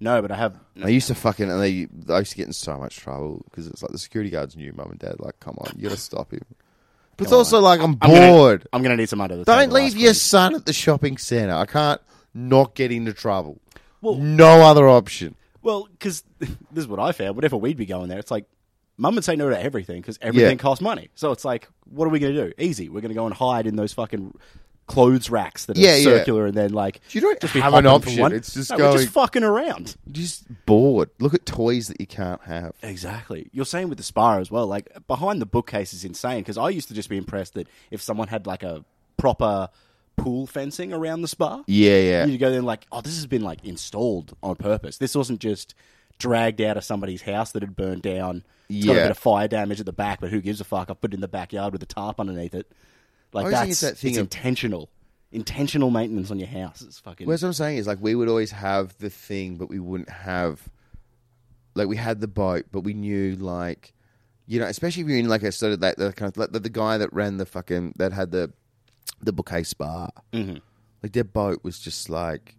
A: no, but I have.
B: I used to fucking and they I used to get in so much trouble because it's like the security guards knew mum and dad like come on you gotta stop him. But it's also like I'm
A: I'm gonna-
B: bored.
A: I'm gonna need some under the
B: Don't
A: table ice
B: leave
A: cream.
B: your son at the shopping centre. I can't not get into trouble. no other option.
A: Well, because this is what I found. Whenever we'd be going there, it's like mum would say no to everything because everything
B: Yeah.
A: costs money. So it's like, what are we going to do? Easy. We're going to go and hide in those fucking clothes racks that are
B: Yeah, yeah.
A: circular, and then like
B: You don't
A: be
B: have an
A: hopping from
B: option. It's just
A: no, We're
B: going-
A: just fucking around.
B: Just bored. Look at toys that you can't have.
A: Exactly. You're saying with the spa as well. Like behind the bookcase is insane because I used to just be impressed that if someone had like a proper pool fencing around the spa,
B: Yeah, yeah.
A: you go there and like, oh, this has been like installed on purpose. This wasn't just dragged out of somebody's house that had burned down. It's got a
B: Yeah.
A: bit of fire damage at the back, but who gives a fuck? I put it in the backyard with a tarp underneath it. Like
B: always
A: that's
B: think it's that thing
A: it's
B: of-
A: intentional, intentional maintenance on your house. It's fucking
B: Well, that's what I'm saying is like we would always have the thing, but we wouldn't have like we had the boat, but we knew like you know, especially if you're in like a sort of that, that kind of like the, the guy that ran the fucking that had the the bouquet spa. Mm-hmm. Like their boat was just like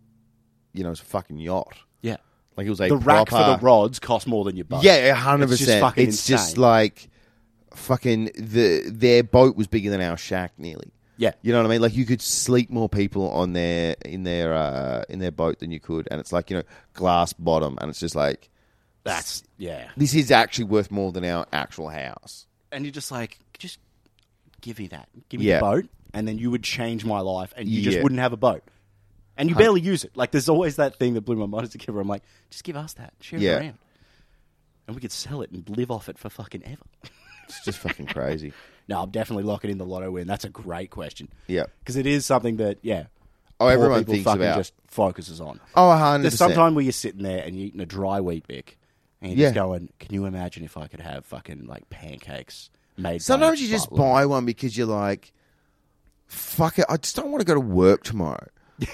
B: you know, it's a fucking yacht.
A: yeah.
B: Like it was a
A: The rack for the
B: proper-
A: rods costs more than your boat.
B: Yeah, hundred
A: It's just
B: percent.
A: fucking
B: It's just
A: insane.
B: like fucking the their boat was bigger than our shack nearly.
A: Yeah.
B: You know what I mean? Like you could sleep more people on their in their uh, in their boat than you could, and it's like you know glass bottom, and it's just like
A: That's yeah.
B: this is actually worth more than our actual house.
A: and you're just like, just give me that, give me
B: Yeah.
A: the boat, and then you would change my life, and you just
B: Yeah.
A: wouldn't have a boat, and you barely use it. Like there's always that thing that blew my mind as a kid. Where I'm like, just give us that, share
B: Yeah.
A: it around, and we could sell it and live off it for fucking ever.
B: It's just fucking crazy.
A: no, I'm definitely locking in the lotto win. That's a great question.
B: Yeah.
A: because it is something that yeah,
B: Oh,
A: poor
B: everyone
A: people
B: thinks
A: fucking
B: about-
A: just focuses on.
B: Oh, hundred
A: There's
B: percent.
A: sometime where you're sitting there and you're eating a dry wheat bick, and you're just
B: Yeah.
A: going, can you imagine if I could have fucking like pancakes made? by
B: Sometimes you just
A: Butler?"
B: buy one because you're like, fuck it, I just don't want to go to work tomorrow.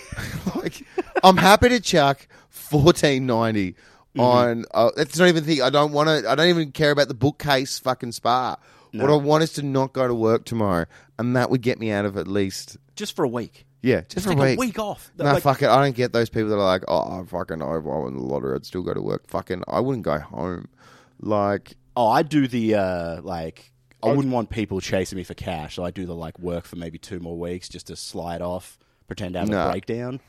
B: like, I'm happy to chuck fourteen ninety on. Uh, that's not even the thing. I don't want to. I don't even care about the bookcase fucking spa. What I want is to not go to work tomorrow, and that would get me out of at least.
A: just for a week.
B: Yeah, just,
A: Just take
B: a week.
A: a week off.
B: No,
A: Like,
B: fuck it. I don't get those people that are like, oh, I fucking, I, I won the lottery. I'd still go to work. Fucking, I wouldn't go home. Like,
A: Oh, I do the uh, like. I wouldn't want people chasing me for cash, so I do the like work for maybe two more weeks just to slide off, pretend to have
B: No.
A: a breakdown,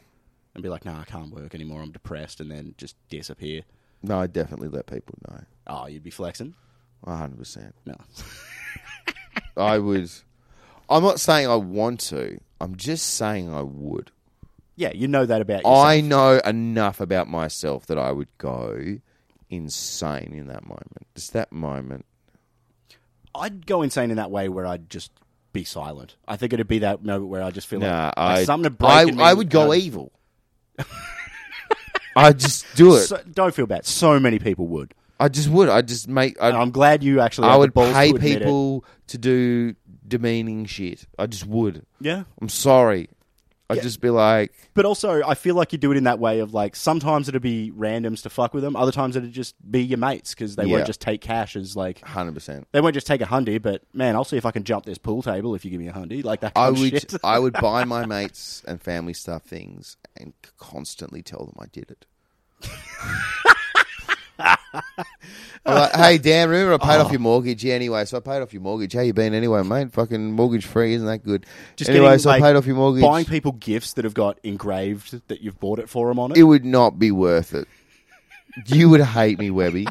A: and be like, "No, I can't work anymore. I'm depressed," and then just disappear.
B: no, I definitely let people know.
A: Oh, you'd be flexing.
B: 100%.
A: No,
B: I would. I'm not saying I want to. I'm just saying I would.
A: yeah, you know that about yourself.
B: I know enough about myself that I would go insane in that moment. Just that moment.
A: I'd go insane in that way where I'd just be silent. I think it'd be that moment where I just feel
B: Nah,
A: like, like
B: I,
A: something to break.
B: I,
A: in me
B: I would go
A: and-
B: evil. I just do it.
A: So, don't feel bad. So many people would.
B: I just would. I just make.
A: And
B: I,
A: I'm glad you actually.
B: I
A: had the
B: would
A: balls
B: pay
A: to admit it.
B: people to do demeaning shit. I just would.
A: Yeah,
B: I'm sorry. I'd
A: Yeah.
B: just be like,
A: But also, I feel like you do it in that way of like sometimes it'd be randoms to fuck with them, other times it'd just be your mates because they
B: Yeah.
A: won't just take cash as like
B: hundred percent.
A: they won't just take a hundy. But man, I'll see if I can jump this pool table if you give me a hundy like that.
B: I
A: Kind of
B: would.
A: Oh, shit.
B: I would buy my mates and family stuff things and constantly tell them I did it. I'm like, hey Dan, remember I
A: Oh.
B: paid off your mortgage? Yeah, anyway, so I paid off your mortgage. How you been anyway, mate? Fucking mortgage free, isn't that good?
A: Just
B: anyway,
A: getting,
B: so
A: like,
B: I paid off your mortgage.
A: Buying people gifts that have got engraved that you've bought it for them on it.
B: it would not be worth it. You would hate me, Webby.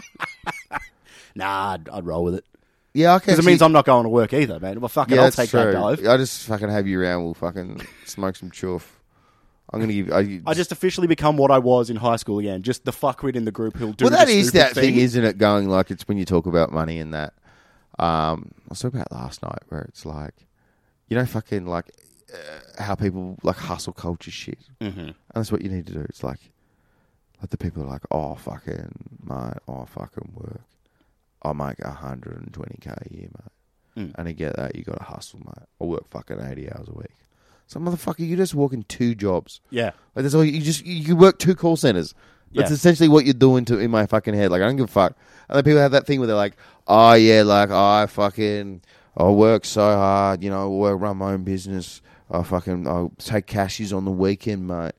A: Nah, I'd, I'd roll with it
B: Yeah, I can.
A: because it means I'm not going to work either, man. Well, fuck it,
B: Yeah,
A: I'll
B: that's
A: take
B: true.
A: that dive.
B: I just fucking have you around. We'll fucking smoke some chuff. I'm gonna give. I,
A: I just officially become what I was in high school again. Just the fuckwit in the group who'll do.
B: well,
A: the
B: that is
A: stupid
B: that thing, isn't it? Going like it's when you talk about money and that. Um, I was talking about last night where it's like, you know, fucking like uh, how people like hustle culture shit, mm-hmm. and that's what you need to do. It's like, like the people are like, oh fucking mate, oh fucking work, I make hundred and twenty k a year, mate,
A: Mm.
B: and to get that you got to hustle, mate. I work fucking eighty hours a week. So motherfucker, you just working two jobs.
A: Yeah,
B: Like that's all you just you you work two call centers. That's
A: Yeah.
B: essentially what you're doing to in my fucking head. Like I don't give a fuck. And then people have that thing where they're like, oh yeah, like I fucking I work so hard, you know, I work run my own business. I fucking I take cashies on the weekend, mate.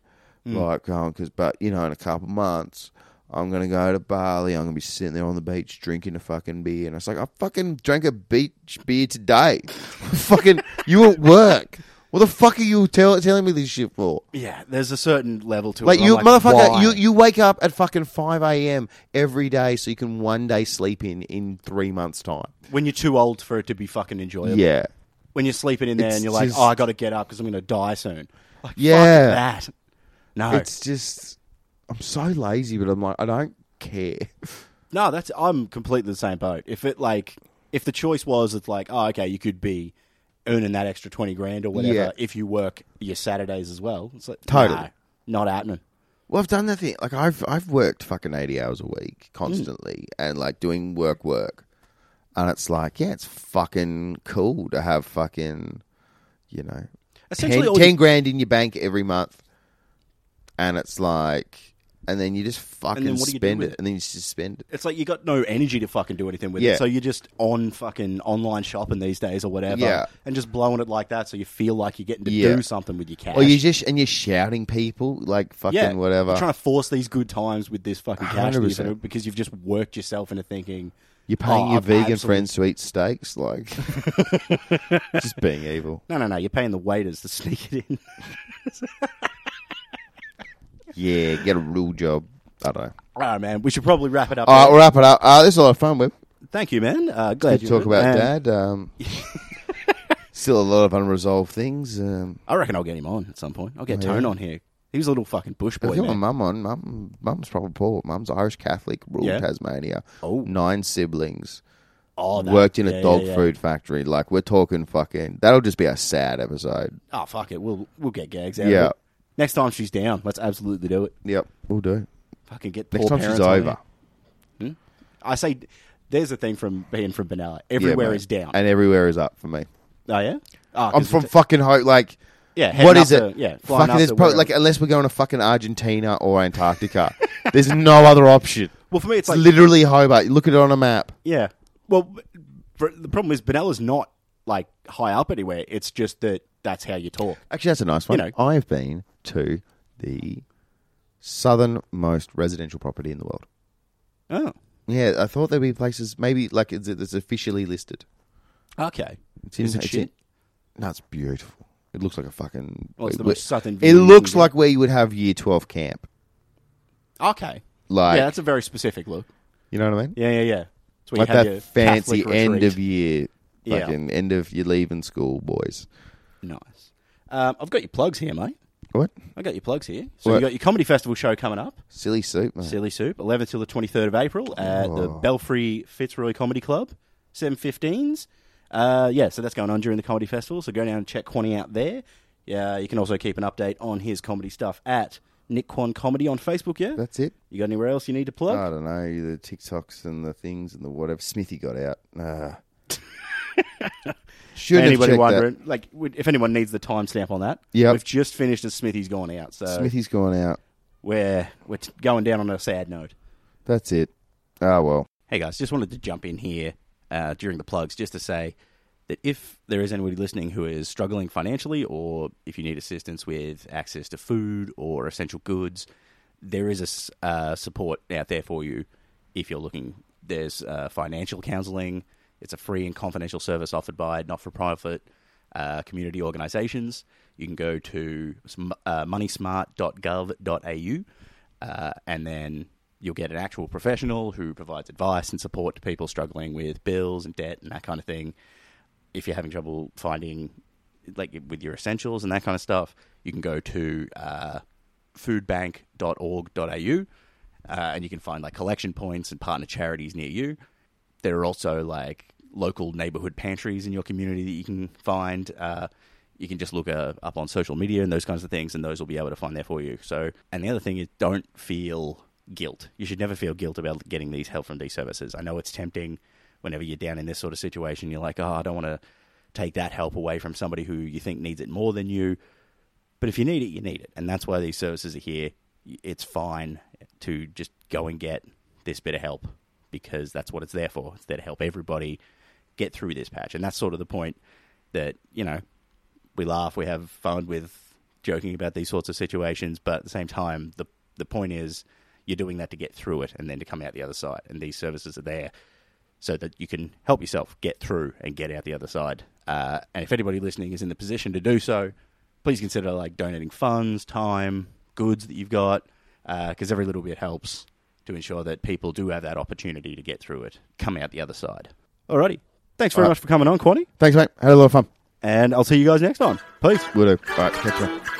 B: Like, um, cause but you know, in a couple months. I'm gonna go to Bali. I'm gonna be sitting there on the beach drinking a fucking beer, and I was like, I fucking drank a beach beer today. fucking, you at work? What the fuck are you tell, telling me this shit for?
A: yeah. There's a certain level to
B: Like
A: it. where
B: you,
A: I'm like,
B: motherfucker,
A: why?
B: you you wake up at fucking five a.m. every day so you can one day sleep in in three months' time.
A: when you're too old for it to be fucking enjoyable.
B: Yeah,
A: When you're sleeping in there
B: It's
A: and you're like,
B: just-
A: oh, I got to get up because I'm going to die soon. Like,
B: Yeah.
A: Fuck that. No.
B: it's just I'm so lazy, but I'm like I don't care.
A: No, that's, I'm completely the same boat. If it, like, if the choice was, it's like, oh, okay, you could be earning that extra 20 grand or whatever
B: Yeah.
A: if you work your Saturdays as well. It's like,
B: Totally.
A: no, not happening.
B: Well, I've done that thing. Like I've I've worked fucking eighty hours a week constantly, and like doing work work, and it's like yeah, it's fucking cool to have fucking, you know,
A: Essentially,
B: 10,
A: all
B: 10
A: you-
B: grand in your bank every month, and it's like, and then you just fucking
A: what do you do
B: spend
A: with
B: it,
A: it?
B: and then you just spend it.
A: it's like you got no energy to fucking do anything with
B: Yeah.
A: it. So you're just on fucking online shopping these days or whatever
B: Yeah.
A: and just blowing it like that so you feel like you're getting to
B: Yeah.
A: do something with your cash.
B: Or you just and you're shouting people like fucking
A: yeah,
B: whatever.
A: You're trying to force these good times with this fucking cash that you've
B: 100%.
A: earned because you've just worked yourself into thinking.
B: You're paying
A: "Oh,
B: your
A: I've
B: vegan
A: absolute-
B: friends to eat steaks, like just being evil.
A: No, no, no. You're paying the waiters to sneak it in.
B: Yeah, get a real job. I don't know.
A: All right, man. We should probably wrap it up.
B: All right,
A: there.
B: we'll wrap it up. Uh, this is a lot of fun, Web.
A: Thank you, man. Uh, glad
B: Good
A: you
B: to talk
A: did.
B: about
A: And
B: Dad. Um, still a lot of unresolved things. Um,
A: I reckon I'll get him on at some point. I'll get
B: Oh, yeah.
A: Tone on here. He was a little fucking bush
B: I
A: boy.
B: think my
A: Man.
B: mum on. Mum, mum's probably poor. Mum's Irish Catholic, rural
A: Yeah.
B: Tasmania.
A: Oh.
B: Nine siblings.
A: Oh, that-
B: worked in
A: yeah,
B: a
A: yeah,
B: dog
A: yeah.
B: food factory. Like we're talking fucking. That'll just be a sad episode.
A: Oh, fuck it. We'll we'll get gags out.
B: Yeah.
A: Of it. Next time she's down, let's absolutely do it.
B: Yep, we'll do.
A: Fucking get
B: Next
A: poor
B: time she's
A: parents on
B: over.
A: here. I say, there's a thing from being from Benalla.
B: Yeah,
A: Everywhere
B: mate.
A: is down.
B: and everywhere is up for me.
A: oh yeah. Oh, 'cause
B: I'm
A: it's
B: from
A: a-
B: fucking ho like.
A: Yeah, heading
B: what
A: up
B: is it?
A: to- yeah, flying
B: fucking.
A: up
B: There's
A: to
B: probably
A: wherever.
B: like unless we're going to fucking Argentina or Antarctica. there's no other option.
A: Well, for me, it's
B: It's
A: like
B: literally Hobart. You look at it on a map.
A: Yeah. Well, b- br- the problem is Benella's not like high up anywhere. It's just that that's how you talk.
B: Actually, that's a nice one.
A: You know.
B: I've been to the southernmost residential property in the world.
A: Oh,
B: Yeah, I thought there'd be places maybe like it's, it's officially listed.
A: okay.
B: It's in,
A: Is it
B: it's
A: shit?
B: in- no, it's beautiful. It looks like a fucking.
A: Well, it's the
B: it-
A: most southern.
B: It
A: view
B: looks
A: you
B: like where you would have year twelve camp.
A: can- okay.
B: Like
A: yeah, that's a very specific look.
B: you know what I mean?
A: Yeah, yeah, yeah. It's where
B: like
A: you have your
B: that fancy
A: Catholic
B: end
A: retreat.
B: of year,
A: Yeah.
B: fucking end of year leaving school boys.
A: Nice. Um, I've got your plugs here, mate.
B: What?
A: I got your plugs here. So
B: What?
A: you got your comedy festival show coming up,
B: Silly soup, man.
A: Silly Soup, 11th till the 23rd of April at the
B: Oh.
A: Belfry Fitzroy Comedy Club, 7.15s. Uh, yeah, so that's going on during the comedy festival. So go down and check Quanny out there. Yeah, you can also keep an update on his comedy stuff at Nick Quan Comedy on Facebook. Yeah,
B: That's it.
A: you got anywhere else you need to plug?
B: I don't know the TikToks and the things and the whatever. Smithy got out. Nah. Shouldn't have
A: Anybody
B: checked that.
A: wondering, like, would- if anyone needs the timestamp on that,
B: Yep.
A: we've just finished and Smithy's gone out, so
B: Smithy's gone out.
A: we're we're t- going down on a sad note.
B: That's it. Ah well.
A: Hey guys, just wanted to jump in here uh, during the plugs just to say that if there is anybody listening who is struggling financially or if you need assistance with access to food or essential goods, there is a s- uh, support out there for you if you're looking. There's uh, financial counseling, it's a free and confidential service offered by not for profit uh, community organizations. You can go to sm- uh, moneysmart.gov.au uh, and then you'll get an actual professional who provides advice and support to people struggling with bills and debt and that kind of thing. If you're having trouble finding, like with your essentials and that kind of stuff, you can go to uh, foodbank.org.au uh, and you can find like collection points and partner charities near you. There are also like local neighborhood pantries in your community that you can find. Uh, you can just look uh, up on social media and those kinds of things, and those will be able to find there for you. So, and the other thing is, don't feel guilt. You should never feel guilt about getting these help from these services. I know it's tempting whenever you're down in this sort of situation. You're like, oh, I don't want to take that help away from somebody who you think needs it more than you. But if you need it, you need it. And that's why these services are here. It's fine to just go and get this bit of help because that's what it's there for. It's there to help everybody get through this patch. And that's sort of the point that, you know, we laugh, we have fun with joking about these sorts of situations, but at the same time, the the point is you're doing that to get through it and then to come out the other side. And these services are there so that you can help yourself get through and get out the other side. Uh, and if anybody listening is in the position to do so, please consider like donating funds, time, goods that you've got, because every little bit helps to ensure that people do have that opportunity to get through it, come out the other side. Alrighty, thanks very
B: Alright.
A: much for coming on, Quanny,
B: Thanks, mate. Had a lot of fun.
A: and I'll see you guys next time. Peace.
B: Will do. All right, catch you.